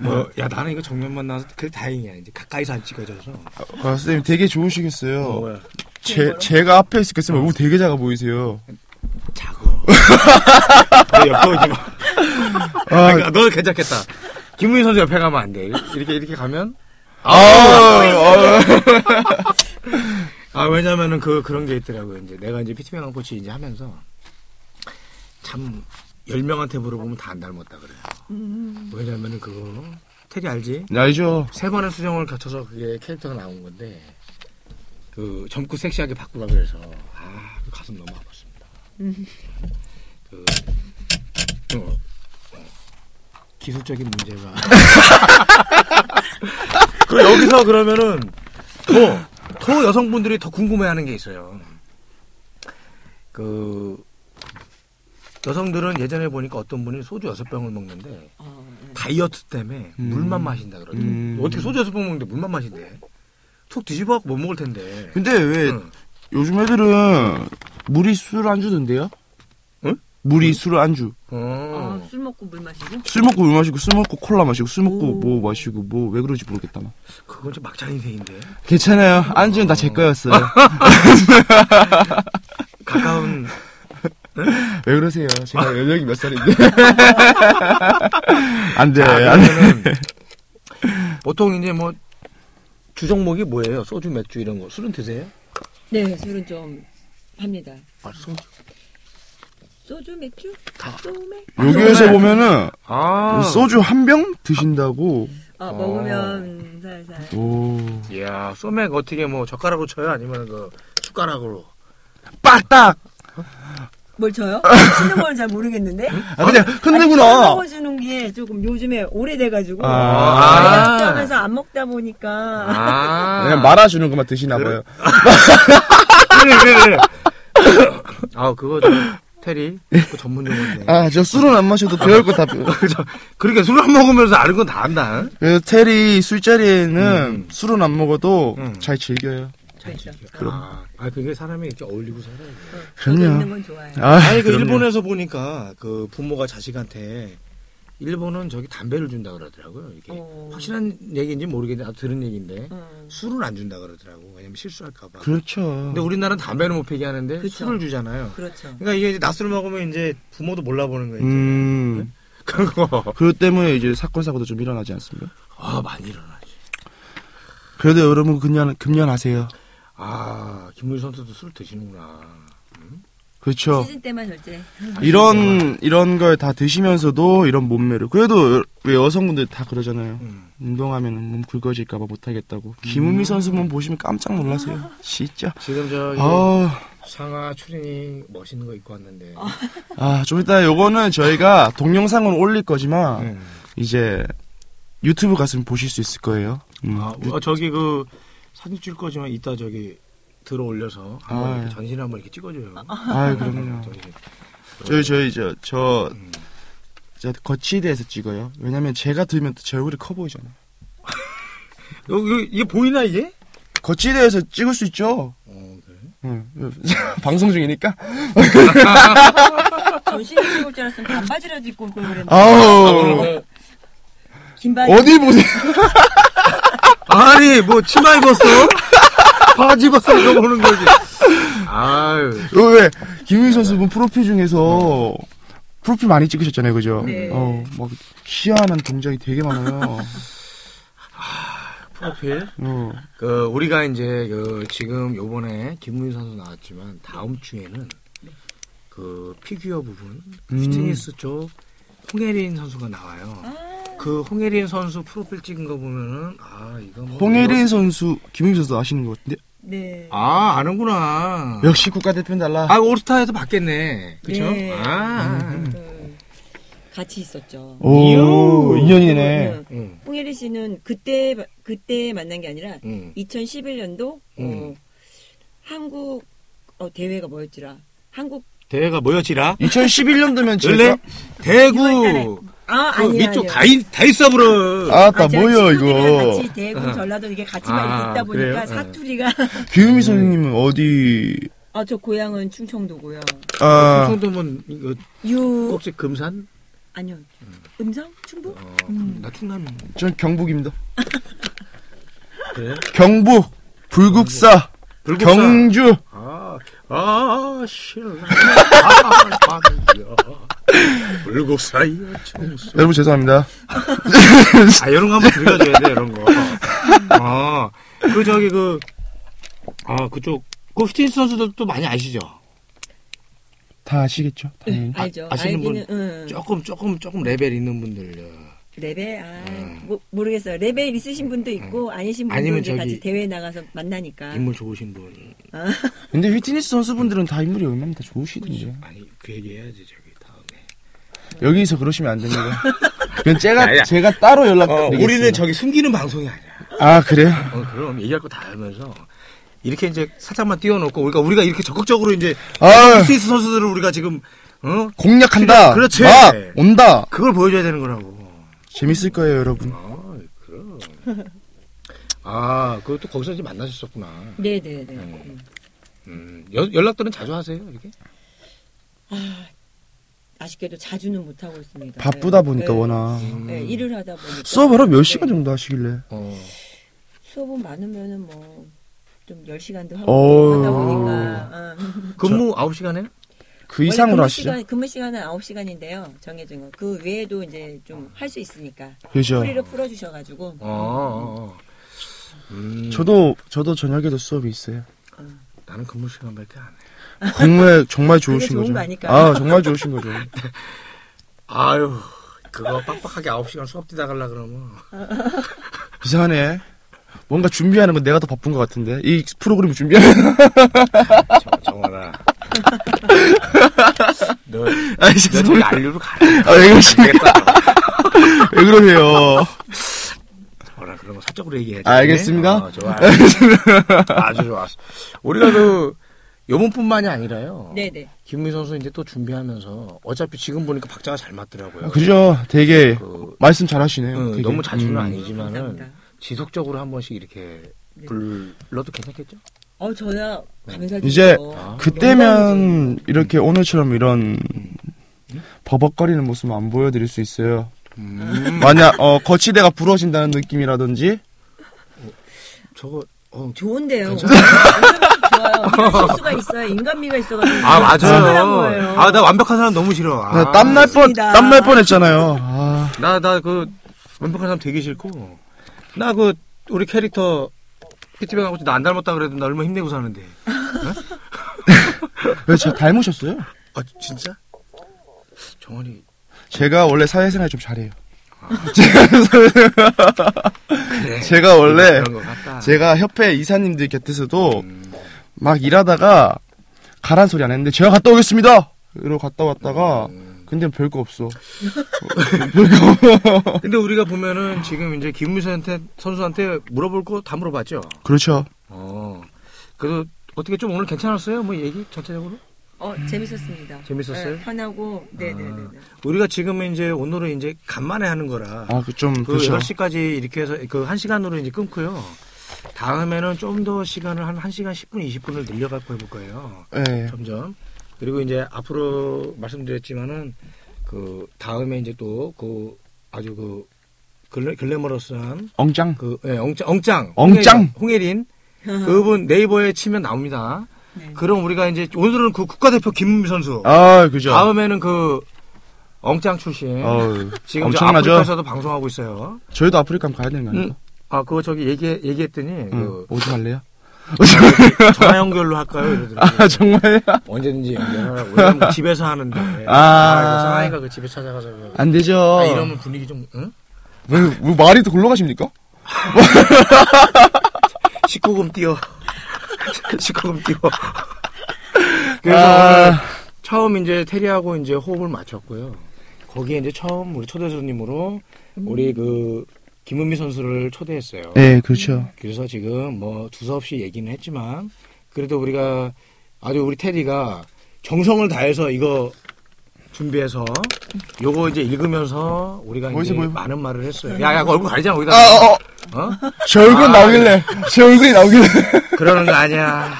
B: 뭐, 야, 나는 이거 정면만 나와서, 그래, 다행이야. 이제 가까이서 안 찍어져서.
A: 아, 선생님 되게 좋으시겠어요.
B: 뭐야.
A: 제, 제가 앞에 있을 으면 얼굴 되게 작아 보이세요.
B: 작어. 너 옆에 오지 마.
A: 아,
B: 그러니까 너 괜찮겠다. 김문희 선수 옆에 가면 안 돼. 이렇게 이렇게 가면
A: 아, 아,
B: 아 왜냐면은 그 그런 게 있더라고요. 이제 내가 이제 피트맨 강 코치 이제 하면서 참 열 명한테 물어보면 다 안 닮았다 그래요.
D: 음.
B: 왜냐면은 그거 테리 알지?
A: 아. 알죠.
B: 세 번의 수정을 거쳐서 그게 캐릭터가 나온 건데 그 젊고 섹시하게 바꾸라 그래서 아그 가슴 너무 아팠습니다. 음. 그 어, 어, 기술적인 문제가 그 여기서 그러면은 더, 더 여성분들이 더 궁금해하는 게 있어요. 그 여성들은 예전에 보니까 어떤 분이 소주 여섯 병을 먹는데
D: 어, 네.
B: 다이어트 때문에
A: 음.
B: 물만 마신다 그러더라고.
A: 음.
B: 어떻게 소주 여섯 병 먹는데 물만 마신대? 속 뒤집어갖고 못 먹을 텐데.
A: 근데 왜
B: 응.
A: 요즘 애들은 물이 술을 안 주던데요?
B: 응?
A: 물이 술을 안 주.
D: 아,
B: 어.
D: 술 먹고 물 마시고
A: 술 먹고 물 마시고 술 먹고 콜라 마시고 술 먹고
D: 오.
A: 뭐 마시고 뭐 왜 그러지 모르겠다. 나.
B: 그건 좀 막장 인생인데.
A: 괜찮아요. 안주는 다 제 거였어요.
B: 아. 가까운
A: 왜 그러세요? 제가
B: 아.
A: 연령이 몇 살인데. 안 돼.
B: 아,
A: 안 돼.
B: 그러면은 보통 이제 뭐 주종목이 뭐예요? 소주, 맥주 이런 거. 술은 드세요?
D: 네, 술은 좀 합니다.
B: 아, 소주.
D: 소주, 맥주, 소맥.
A: 여기에서 보면은
B: 아.
A: 음, 소주 한 병 드신다고.
D: 아,
A: 어.
D: 먹으면 살살.
A: 오.
B: 이야, 소맥 어떻게 뭐 젓가락으로 쳐요? 아니면 그 숟가락으로?
A: 빡딱.
D: 뭘 쳐요? 치는 걸 잘 모르겠는데.
A: 아, 그냥 흔들구나.
D: 먹어주는 뭐- 게 조금 요즘에 오래돼가지고.
A: 아.
D: 다이어트 하면서 안 먹다 보니까.
B: 아.
A: 그냥 네, 말아주는 것만 드시나 봐요.
B: 아, 그거 좀, 테리. 그 전문 용어인데.
A: 네. 아, 저 술은 안 마셔도 배울 거 다 배워.
B: 그죠? 그렇게 술 안 먹으면서 아는 건 다 안다.
A: 그래서 테리 술자리에는
B: 음.
A: 술은 안 먹어도
B: 음.
A: 잘 즐겨요.
D: 그렇죠.
B: 아, 아, 그게 사람이 이렇게 어울리고 살아요.
D: 저도
A: 그럼요.
D: 있는 건 좋아해요.
A: 아,
B: 아니, 그
A: 그럼요.
B: 일본에서 보니까 그 부모가 자식한테 일본은 저기 담배를 준다 그러더라고요. 이게
D: 어.
B: 확실한 얘기인지 모르겠는데, 나도 들은 얘기인데.
D: 음.
B: 술은 안 준다 그러더라고. 왜냐면 실수할까봐.
A: 그렇죠.
B: 근데 우리나라는 담배는 못 피게 하는데
D: 그쵸.
B: 술을 주잖아요.
D: 그렇죠.
B: 그러니까 이게 이제 낮술 먹으면 이제 부모도 몰라보는 거예요.
A: 음.
B: 그거.
A: 그것 때문에 이제 사건 사고도 좀 일어나지 않습니까?
B: 아, 많이 일어나지.
A: 그래도 여러분 금년 금년하세요.
B: 아, 김문희 선수도 술 드시는구나.
A: 그렇죠.
D: 시즌 때만 절제.
A: 이런 이런 걸 다 드시면서도 이런 몸매를 그래도 여- 왜 여성분들 다 그러잖아요.
B: 음.
A: 운동하면 몸 굵어질까봐 못하겠다고. 김우미 선수만 보시면 깜짝 놀라세요. 진짜.
B: 지금 저기
A: 아,
B: 상하 추리닝 멋있는 거 입고 왔는데.
A: 아, 좀 이따 요거는 저희가 동영상으로 올릴 거지만
B: 음.
A: 이제 유튜브 가시면 보실 수 있을 거예요. 음.
B: 아,
A: 유-
B: 어, 저기 그 사진 찍을 거지만 이따 저기 들어 올려서 한번
A: 아,
B: 이렇게
A: 예.
B: 전신을 한번 이렇게 찍어줘요. 음.
A: 아, 그럼요.
B: 저기. 어,
A: 저희 저희 저저
B: 음.
A: 저 거치대에서 찍어요. 왜냐면 제가 들면 또 제 얼굴이 커 보이잖아요.
B: 어, 이거- 이게 보이나 이게?
A: 거치대에서 찍을 수 있죠.
B: 어, 그래.
A: 응. 방송 중이니까.
D: 전신 입을 줄 알았으면 반바지라도 입고 올 걸 그랬는데.
B: 어.
A: 아우.
B: 네.
D: 긴 바지.
A: 어디 보세요.
B: 아니 뭐 치마 입었어? 바지 입었어 물어보는 거지. 아유.
A: 어, 왜 김민 선수분 프로필 중에서 프로필 많이 찍으셨잖아요, 그죠?
D: 네.
A: 어, 막 희한한 동작이 되게 많아요.
B: 프로필.
A: 어.
B: 그 우리가 이제 그 지금 요번에 김문희 선수 나왔지만 다음 주에는
D: 네.
B: 그 피규어 부분
A: 음.
B: 피트니스 쪽 홍예린 선수가 나와요.
D: 아.
B: 그 홍예린 선수 프로필 찍은 거 보면은 아 이거 뭐
A: 홍예린 선수, 김민 선수 아시는 것 같은데
D: 네.
B: 아 아는구나.
A: 역시 국가대표는 달라.
B: 아 올스타에서 봤겠네. 그쵸?
D: 네.
B: 아.
D: 그, 같이 있었죠. 어,
A: 오,
B: 이요.
A: 인연이네.
B: 응.
D: 홍예리 씨는 그때 그때 만난 게 아니라
B: 응.
D: 2011년도
B: 음.
D: 어, 한국 어, 대회가 뭐였지라 한국
B: 대회가 뭐였지라?
A: 2011년도면
B: 원래
A: 제가
D: 이번달에
B: 대구
D: 아
B: 그
D: 아니야
B: 밑쪽 다이 다이서브를
A: 아, 나
D: 제가
A: 뭐요
D: 친구들이랑
A: 이거.
D: 같이 대구
B: 아.
D: 전라도 이게 같이 막
B: 아,
D: 있다 보니까
B: 그래요?
D: 사투리가
A: 김민 선생님은 어디?
D: 아 저 고향은 충청도고요.
A: 아,
B: 충청도면 그 이거
D: 유
B: 혹시 금산?
D: 아니요 음성 충북
B: 어, 나 충남.
A: 전 경북입니다.
B: 그래?
A: 경북, 불국사,
B: 불국사.
A: 경주.
B: 아, 아, 신라. 아, 불국사이여 청수.
A: 여러분 죄송합니다.
B: 아, 이런 거 한번 들려줘야 돼, 이런 거. 아, 그, 저기, 그, 아, 그쪽, 그, 휘트니스 선수도 또 많이 아시죠?
A: 다 아시겠죠? 네. 당연히.
D: 알죠.
B: 아, 아시는
D: 알기는 응.
B: 조금, 조금, 조금 레벨 있는 분들. 어,
D: 레벨 아 모, 모르겠어요. 레벨 있으신 분도 있고 아니신 분도
B: 아니면
D: 이제
B: 저기-
D: 같이 대회 나가서 만나니까
B: 인물 좋으신 분.
A: 근데 휘트니스 선수분들은 다 인물이 얼마나 다 좋으시던데.
B: 아니, 그 얘기해야지, 저기, 다음에.
A: 그렇죠. 여기서 그러시면 안 됩니다. 그건 제가
B: 야, 야.
A: 제가 따로
B: 어,
A: 연락드리겠습니다.
B: 우리는 저기 숨기는 방송이 아니야.
A: 아 그래요?
B: 어, 그럼 얘기할 거 다 하면서 이렇게 이제 살짝만 띄워놓고 우리가 우리가 이렇게 적극적으로 이제
A: 아.
B: 스위스 선수들을 우리가 지금 어
A: 공략한다.
B: 그렇지. 네.
A: 막 온다.
B: 그걸 보여줘야 되는 거라고.
A: 재밌을 거예요, 여러분.
B: 아 그럼. 아 그것도 거기서 이제 만나셨었구나.
D: 네네네.
B: 음 연- 연락들은 자주 하세요 이렇게?
D: 아, 아쉽게도 자주는 못 하고 있습니다.
A: 바쁘다
D: 네.
A: 보니까
D: 네.
A: 워낙 음.
D: 네, 일을 하다 보니까
A: 수업하러 몇
D: 네.
A: 시간 정도 하시길래?
B: 어.
D: 수업은 많으면은 뭐좀 10시간도
A: 어.
D: 하고 하다 보니까 응.
B: 근무 9 시간에?
A: 그 이상으로
D: 원래 근무
A: 하시죠?
D: 시간, 근무 시간은 9시간인데요. 정해진 거. 그 외에도 이제 좀 할 수 있으니까.
A: 그죠.
D: 프리로 풀어 주셔 가지고.
B: 어. 어. 음.
A: 저도 저도 저녁에도 수업이 있어요.
B: 나는 근무 시간밖에 안 해.
A: 정말 정말 좋으신
D: 그게 좋은
A: 거죠.
D: 거 아니까.
A: 아 정말 좋으신 거죠.
B: 아유, 그거 빡빡하게 9시간 수업 뛰다 갈라 그러면.
A: 이상하네. 뭔가 준비하는 건 내가 더 바쁜 것 같은데 이 프로그램 준비하는.
B: 정- 정원아. 너, 너
A: 아 죄송해요.
B: 좀 난류로 가라.
A: 아, 왜 그러십니까?
B: 되겠다.
A: 왜 그러세요?
B: 정원아, 그런 거 사적으로 얘기해야지.
A: 알겠습니다.
B: 어, 좋아. 아주 좋았어. 우리가 그, 요번뿐만이 아니라요.
D: 네네.
B: 김민 선수 이제 또 준비하면서 어차피 지금 보니까 박자가 잘 맞더라고요.
A: 아, 그죠? 되게
B: 그,
A: 말씀 잘하시네요.
B: 응,
A: 되게.
B: 너무 자주는
A: 음.
B: 아니지만은
D: 감사합니다.
B: 지속적으로 한 번씩 이렇게
D: 네.
B: 불러도 괜찮겠죠?
D: 어, 저야 감사드리죠.
A: 이제
B: 아.
A: 그때면 이렇게 오늘처럼 이런 버벅거리는 모습 안 보여드릴 수 있어요.
B: 음.
A: 만약 어, 거치대가 부러진다는 느낌이라든지
B: 저거 어,
D: 좋은데요. 완전 좋아요. 이런 실수가 있어요. 인간미가 있어가지고.
B: 아
D: 충분한 거예요.
B: 맞아요. 아 나 완벽한 사람 너무 싫어. 아,
A: 네, 땀 날 뻔
D: 좋습니다.
A: 땀 날 뻔했잖아요. 아,
B: 나나 그 완벽한 사람 되게 싫고 나 그 우리 캐릭터 피티뱅하고 나 안 닮았다 그래도 나 얼마 나 힘내고 사는데.
A: 왜 제가 닮으셨어요?
B: 아 진짜? 정원이
A: 제가 원래 사회생활 좀 잘해요. 아.
B: 그래.
A: 제가 원래
B: 그런 것 같다.
A: 제가 협회 이사님들 곁에서도
B: 음,
A: 막 일하다가 가란 소리 안 했는데 제가 갔다 오겠습니다. 이러고 갔다 왔다가 근데 별거 없어.
B: 근데 우리가 보면은 지금 이제 김민 선한테 선수한테 물어볼 거 다 물어봤죠.
A: 그렇죠.
B: 어. 그래도 어떻게 좀 오늘 괜찮았어요? 뭐 얘기 전체적으로?
D: 어, 재밌었습니다.
B: 재밌었어요?
D: 네, 편하고, 네네네.
B: 우리가 지금 이제 오늘은 이제 간만에 하는 거라
A: 아 좀
B: 그
A: 그렇죠.
B: 8시까지 이렇게 해서 그 1시간으로 이제 끊고요. 다음에는 좀 더 시간을 한 1시간 10분, 20분을 늘려갖고 해볼 거예요.
A: 예.
B: 점점. 그리고 이제 앞으로 말씀드렸지만은 그 다음에 이제 또 그 아주 그 글래, 글래머러스한
A: 엉짱.
B: 그 예, 엉짱, 엉짱.
A: 엉짱!
B: 홍예린. 아, 그분 네이버에 치면 나옵니다.
D: 네.
B: 그럼 우리가 이제 오늘은 그 국가대표 김문미 선수.
A: 아 그죠.
B: 다음에는 그 엉짱 출신.
A: 어우,
B: 지금 저
A: 엄청나죠. 음.
B: 아프리카에서도 방송하고 있어요.
A: 저희도 아프리카 한번 가야 되는 거 아니에요?
B: 아 그거 저기 얘기 얘기했더니
A: 응.
B: 그
A: 오지 말래요?
B: 전화 연결로 할까요? 이러더라고요.
A: 아 정말요?
B: 언제든지 연결하라고. 왜냐면 뭐 집에서 하는데. 아, 이거 사나이가 그 집에 찾아가서 그-
A: 안 되죠.
B: 아, 이러면 분위기 좀 응?
A: 왜, 왜 말이 또 굴러가십니까?
B: 19금 띄워. 19금 띄워. 그래서
A: 아,
B: 오늘 처음 이제 테리하고 이제 호흡을 맞췄고요. 거기에 이제 처음 우리 초대 손님으로
A: 음.
B: 우리 그 김은미 선수를 초대했어요.
A: 네, 그렇죠.
B: 그래서 지금 뭐 두서없이 얘기는 했지만 그래도 우리가 아주 우리 테디가 정성을 다해서 이거 준비해서 요거 이제 읽으면서 우리가
A: 보이세요,
B: 이제
A: 보이세요?
B: 많은 말을 했어요. 야야 그 얼굴 가리잖아 거기다.
A: 아, 음. 어, 어,
B: 어?
A: 제 얼굴
B: 아,
A: 나오길래, 제 얼굴이 나오길래.
B: 그러는 거 아니야.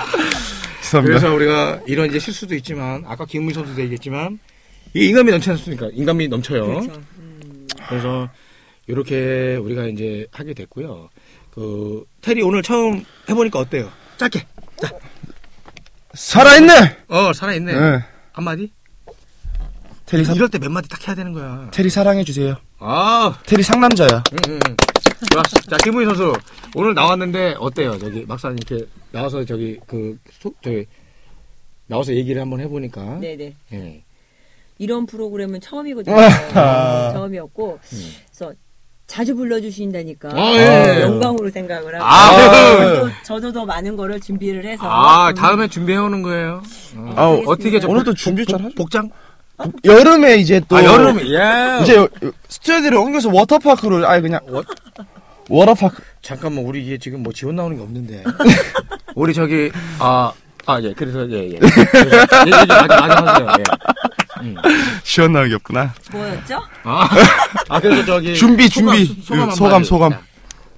A: 죄송합니다.
B: 그래서 우리가 이런 이제 실수도 있지만 아까 김은미 선수도 얘기했지만 이 인간미 넘쳐났으니까 인간미 넘쳐요.
D: 그렇죠.
B: 그래서 이렇게 우리가 이제 하게 됐고요. 그 테리 오늘 처음 해보니까 어때요? 짧게.
A: 살아있네!
B: 어 살아있네.
A: 네.
B: 한마디?
A: 테리, 사,
B: 이럴 때 몇 마디 딱 해야 되는 거야.
A: 테리 사랑해주세요.
B: 아,
A: 테리 상남자야.
B: 응, 응. 응. 좋았어. 자, 김우희 선수. 오늘 나왔는데 어때요? 저기 막사님 이렇게 나와서 저기 그, 소, 저기, 나와서 얘기를 한번 해보니까.
D: 네네.
B: 예.
D: 이런 프로그램은 처음이거든요.
B: 네.
D: 네,
A: 아.
D: 처음이었고, 그래서 자주 불러주신다니까
B: 아, 예.
D: 영광으로 생각을 하고
B: 아유. 네.
D: 저도, 저도 더 많은 거를 준비를 해서
B: 아, 다음에 준비해오는 거예요.
A: 아,
B: 어떻게 저
A: 오늘도 준비 잘 하죠?
B: 복장?
A: 여름에 이제 또.
B: 아, 여름, 예.
A: 이제 여- 여- 스튜디오를 옮겨서 워터파크로, 아니, 그냥.
B: 워-
A: 워터파크.
B: 잠깐만, 우리 이게 지금 뭐 지원 나오는 게 없는데. 우리 저기, 아, 아, 예, 그래서, 예, 예. 그래서 얘기 좀 많이, 많이 하세요, 예.
A: 시원하게 없구나.
D: 뭐였죠?
B: 아, 아, 그래서 저기.
A: 준비,
B: 소감,
A: 준비.
B: 소감,
A: 소감,
B: 한마디.
A: 소감.
B: 자.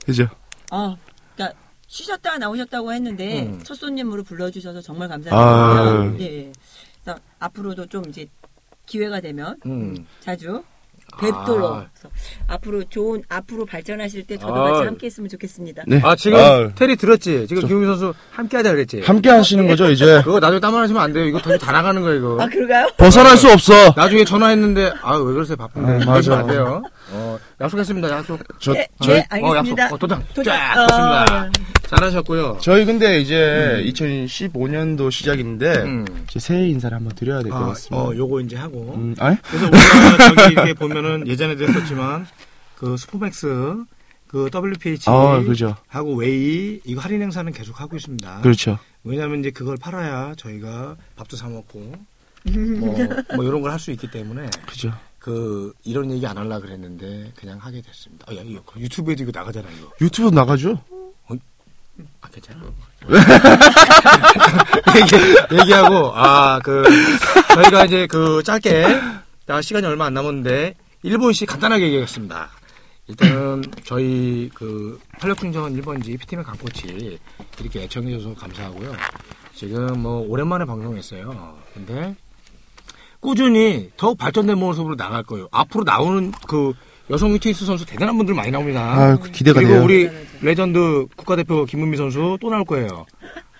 A: 그죠?
D: 어, 그러니까 쉬셨다가 나오셨다고 했는데
B: 음.
D: 첫 손님으로 불러주셔서 정말
A: 아유.
D: 감사드리고요. 예, 예. 그래서 앞으로도 좀 이제 기회가 되면
B: 음.
D: 자주 뵙도록
B: 아.
D: 그래서 앞으로 좋은 앞으로 발전하실 때 저도
B: 아.
D: 같이 함께했으면 좋겠습니다.
A: 네.
B: 아 지금
A: 아유.
B: 테리 들었지? 지금 김우민 선수 함께하자 그랬지?
A: 함께 하시는 거죠, 이제.
B: 그거 나중에 딴말하시면 안 돼요. 이거 되게 다 나가는 거예요. 이거.
D: 아 그런가요?
A: 벗어날 수 없어.
B: 나중에 전화했는데 아왜 그러세요 바쁜데
A: 아,
B: 이러시면
A: 맞아.
B: 안 돼요. 어, 약속했습니다. 약속.
A: 저
D: 예,
A: 저희
D: 예, 알겠습니다.
B: 어, 약속. 어, 도장.
D: 도장.
B: 쫙
D: 어,
B: 좋습니다.
D: 예.
B: 잘하셨고요.
A: 저희 근데 이제 2015년도 시작인데
B: 음.
A: 이제 새해 인사를 한번 드려야 될 것
B: 아,
A: 같습니다.
B: 어, 요거 이제 하고.
A: 음, 아니?
B: 그래서 우리가 저기 이렇게 보면은 예전에도 했었지만 그 스포맥스 그 WPH
A: 아, 그죠.
B: 하고 웨이 이거 할인 행사는 계속 하고 있습니다.
A: 그렇죠.
B: 왜냐하면 이제 그걸 팔아야 저희가 밥도 사 먹고 뭐, 뭐 이런 걸 할 수 있기 때문에
A: 그죠.
B: 그 이런 얘기 안 하려 그랬는데 그냥 하게 됐습니다. 어, 야, 이거 유튜브에도 이거 나가잖아 이거.
A: 유튜브 나가죠?
B: 아 괜찮아. 얘기, 얘기하고 아 그 저희가 이제 그 짧게 나 시간이 얼마 안 남았는데 일본식 간단하게 얘기하겠습니다. 일단은 저희 그 활력충전 1번지 피티맨 강코치 이렇게 애청해 주셔서 감사하고요. 지금 뭐 오랜만에 방송했어요. 근데 꾸준히 더욱 발전된 모습으로 나갈 거예요. 앞으로 나오는 그 여성 테니스 선수 대단한 분들 많이 나옵니다.
A: 아, 그 기대가
B: 그리고
A: 돼요.
B: 우리 레전드 국가대표 김은미 선수 또 나올 거예요.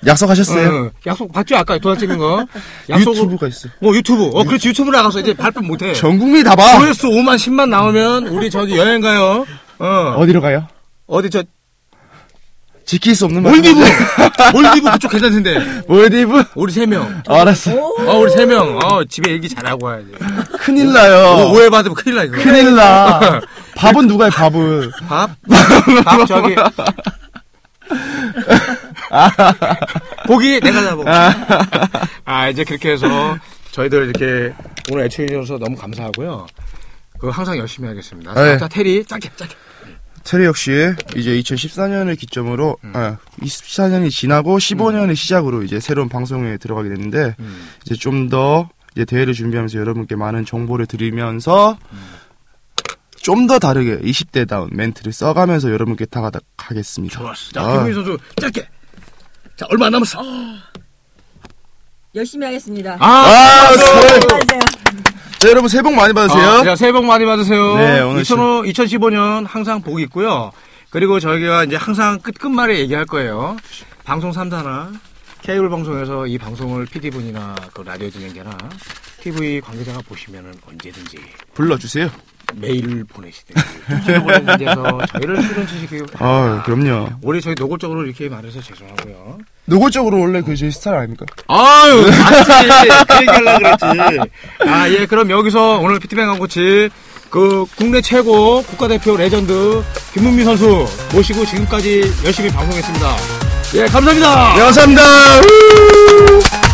A: 약속하셨어요?
B: 어, 약속 봤죠? 아까 도장 찍은 거.
A: 유튜브가 있어. 요
B: 어, 유튜브. 어, 그렇지. 유튜브 나가서 이제 발표 못 해.
A: 전 국민이 다 봐.
B: 조회수 5만 10만 나오면 우리 저기 여행 가요. 어.
A: 어디로 가요?
B: 어. 디저
A: 지킬 수 없는
B: 몰디브.
A: 말씀인데.
B: 몰디브 그쪽 괜찮던데.
A: 몰디브?
B: 우리 세 명.
A: 어,
D: 네.
A: 알았어.
B: 어, 우리 세 명. 어, 집에 얘기 잘하고 와야 돼.
A: 큰일 나요.
B: 어, 오해받으면 큰일 나 이거.
A: 큰일 나. 밥은 누가 해, 밥은.
B: 밥? 밥 저기. 고기 내가 잡아. 아, 이제 그렇게 해서 저희들 이렇게 오늘 애청해 주셔서 너무 감사하고요. 그 항상 열심히 하겠습니다. 자,
A: 네.
B: 자, 테리 짧게 짧게.
A: 테리 역시 이제 2014년을 기점으로 아, 24년이 지나고 15년을 시작으로 이제 새로운 방송에 들어가게 됐는데 이제 좀 더 이제 대회를 준비하면서 여러분께 많은 정보를 드리면서 좀 더 다르게 20대다운 멘트를 써가면서 여러분께 다가가겠습니다.
B: 좋았어. 자,
A: 아.
B: 김민 선수 짧게. 자, 얼마 안 남았어.
D: 열심히 하겠습니다. 네,
B: 아,
A: 아, 수고해.
D: 수고하세요.
A: 자, 여러분 새해 복 많이
B: 아,
A: 받으세요.
B: 자, 새해 복 많이 받으세요.
A: 네, 오늘
B: 2015, 2015년 항상 복이 있고요. 그리고 저희가 이제 항상 끝, 끝말에 얘기할 거예요. 방송 3사나 케이블 방송에서 이 방송을 PD분이나 그 라디오 진행자나 TV 관계자가 보시면은 언제든지
A: 불러주세요.
B: 메일을 보내시든지 출연보는 문제에서 저희를 출연시키고
A: 아, 그럼요.
B: 우리 저희 노골적으로 이렇게 말해서 죄송하고요.
A: 노골적으로 원래 그 저희 스타일 아닙니까?
B: 아유, 맞지. 그 얘기하려고 그랬지. 아, 예, 그럼 여기서 오늘 피트뱅한 코치, 그, 국내 최고 국가대표 레전드 김문미 선수 모시고 지금까지 열심히 방송했습니다. 예, 감사합니다.
A: 감사합니다. 네, 우!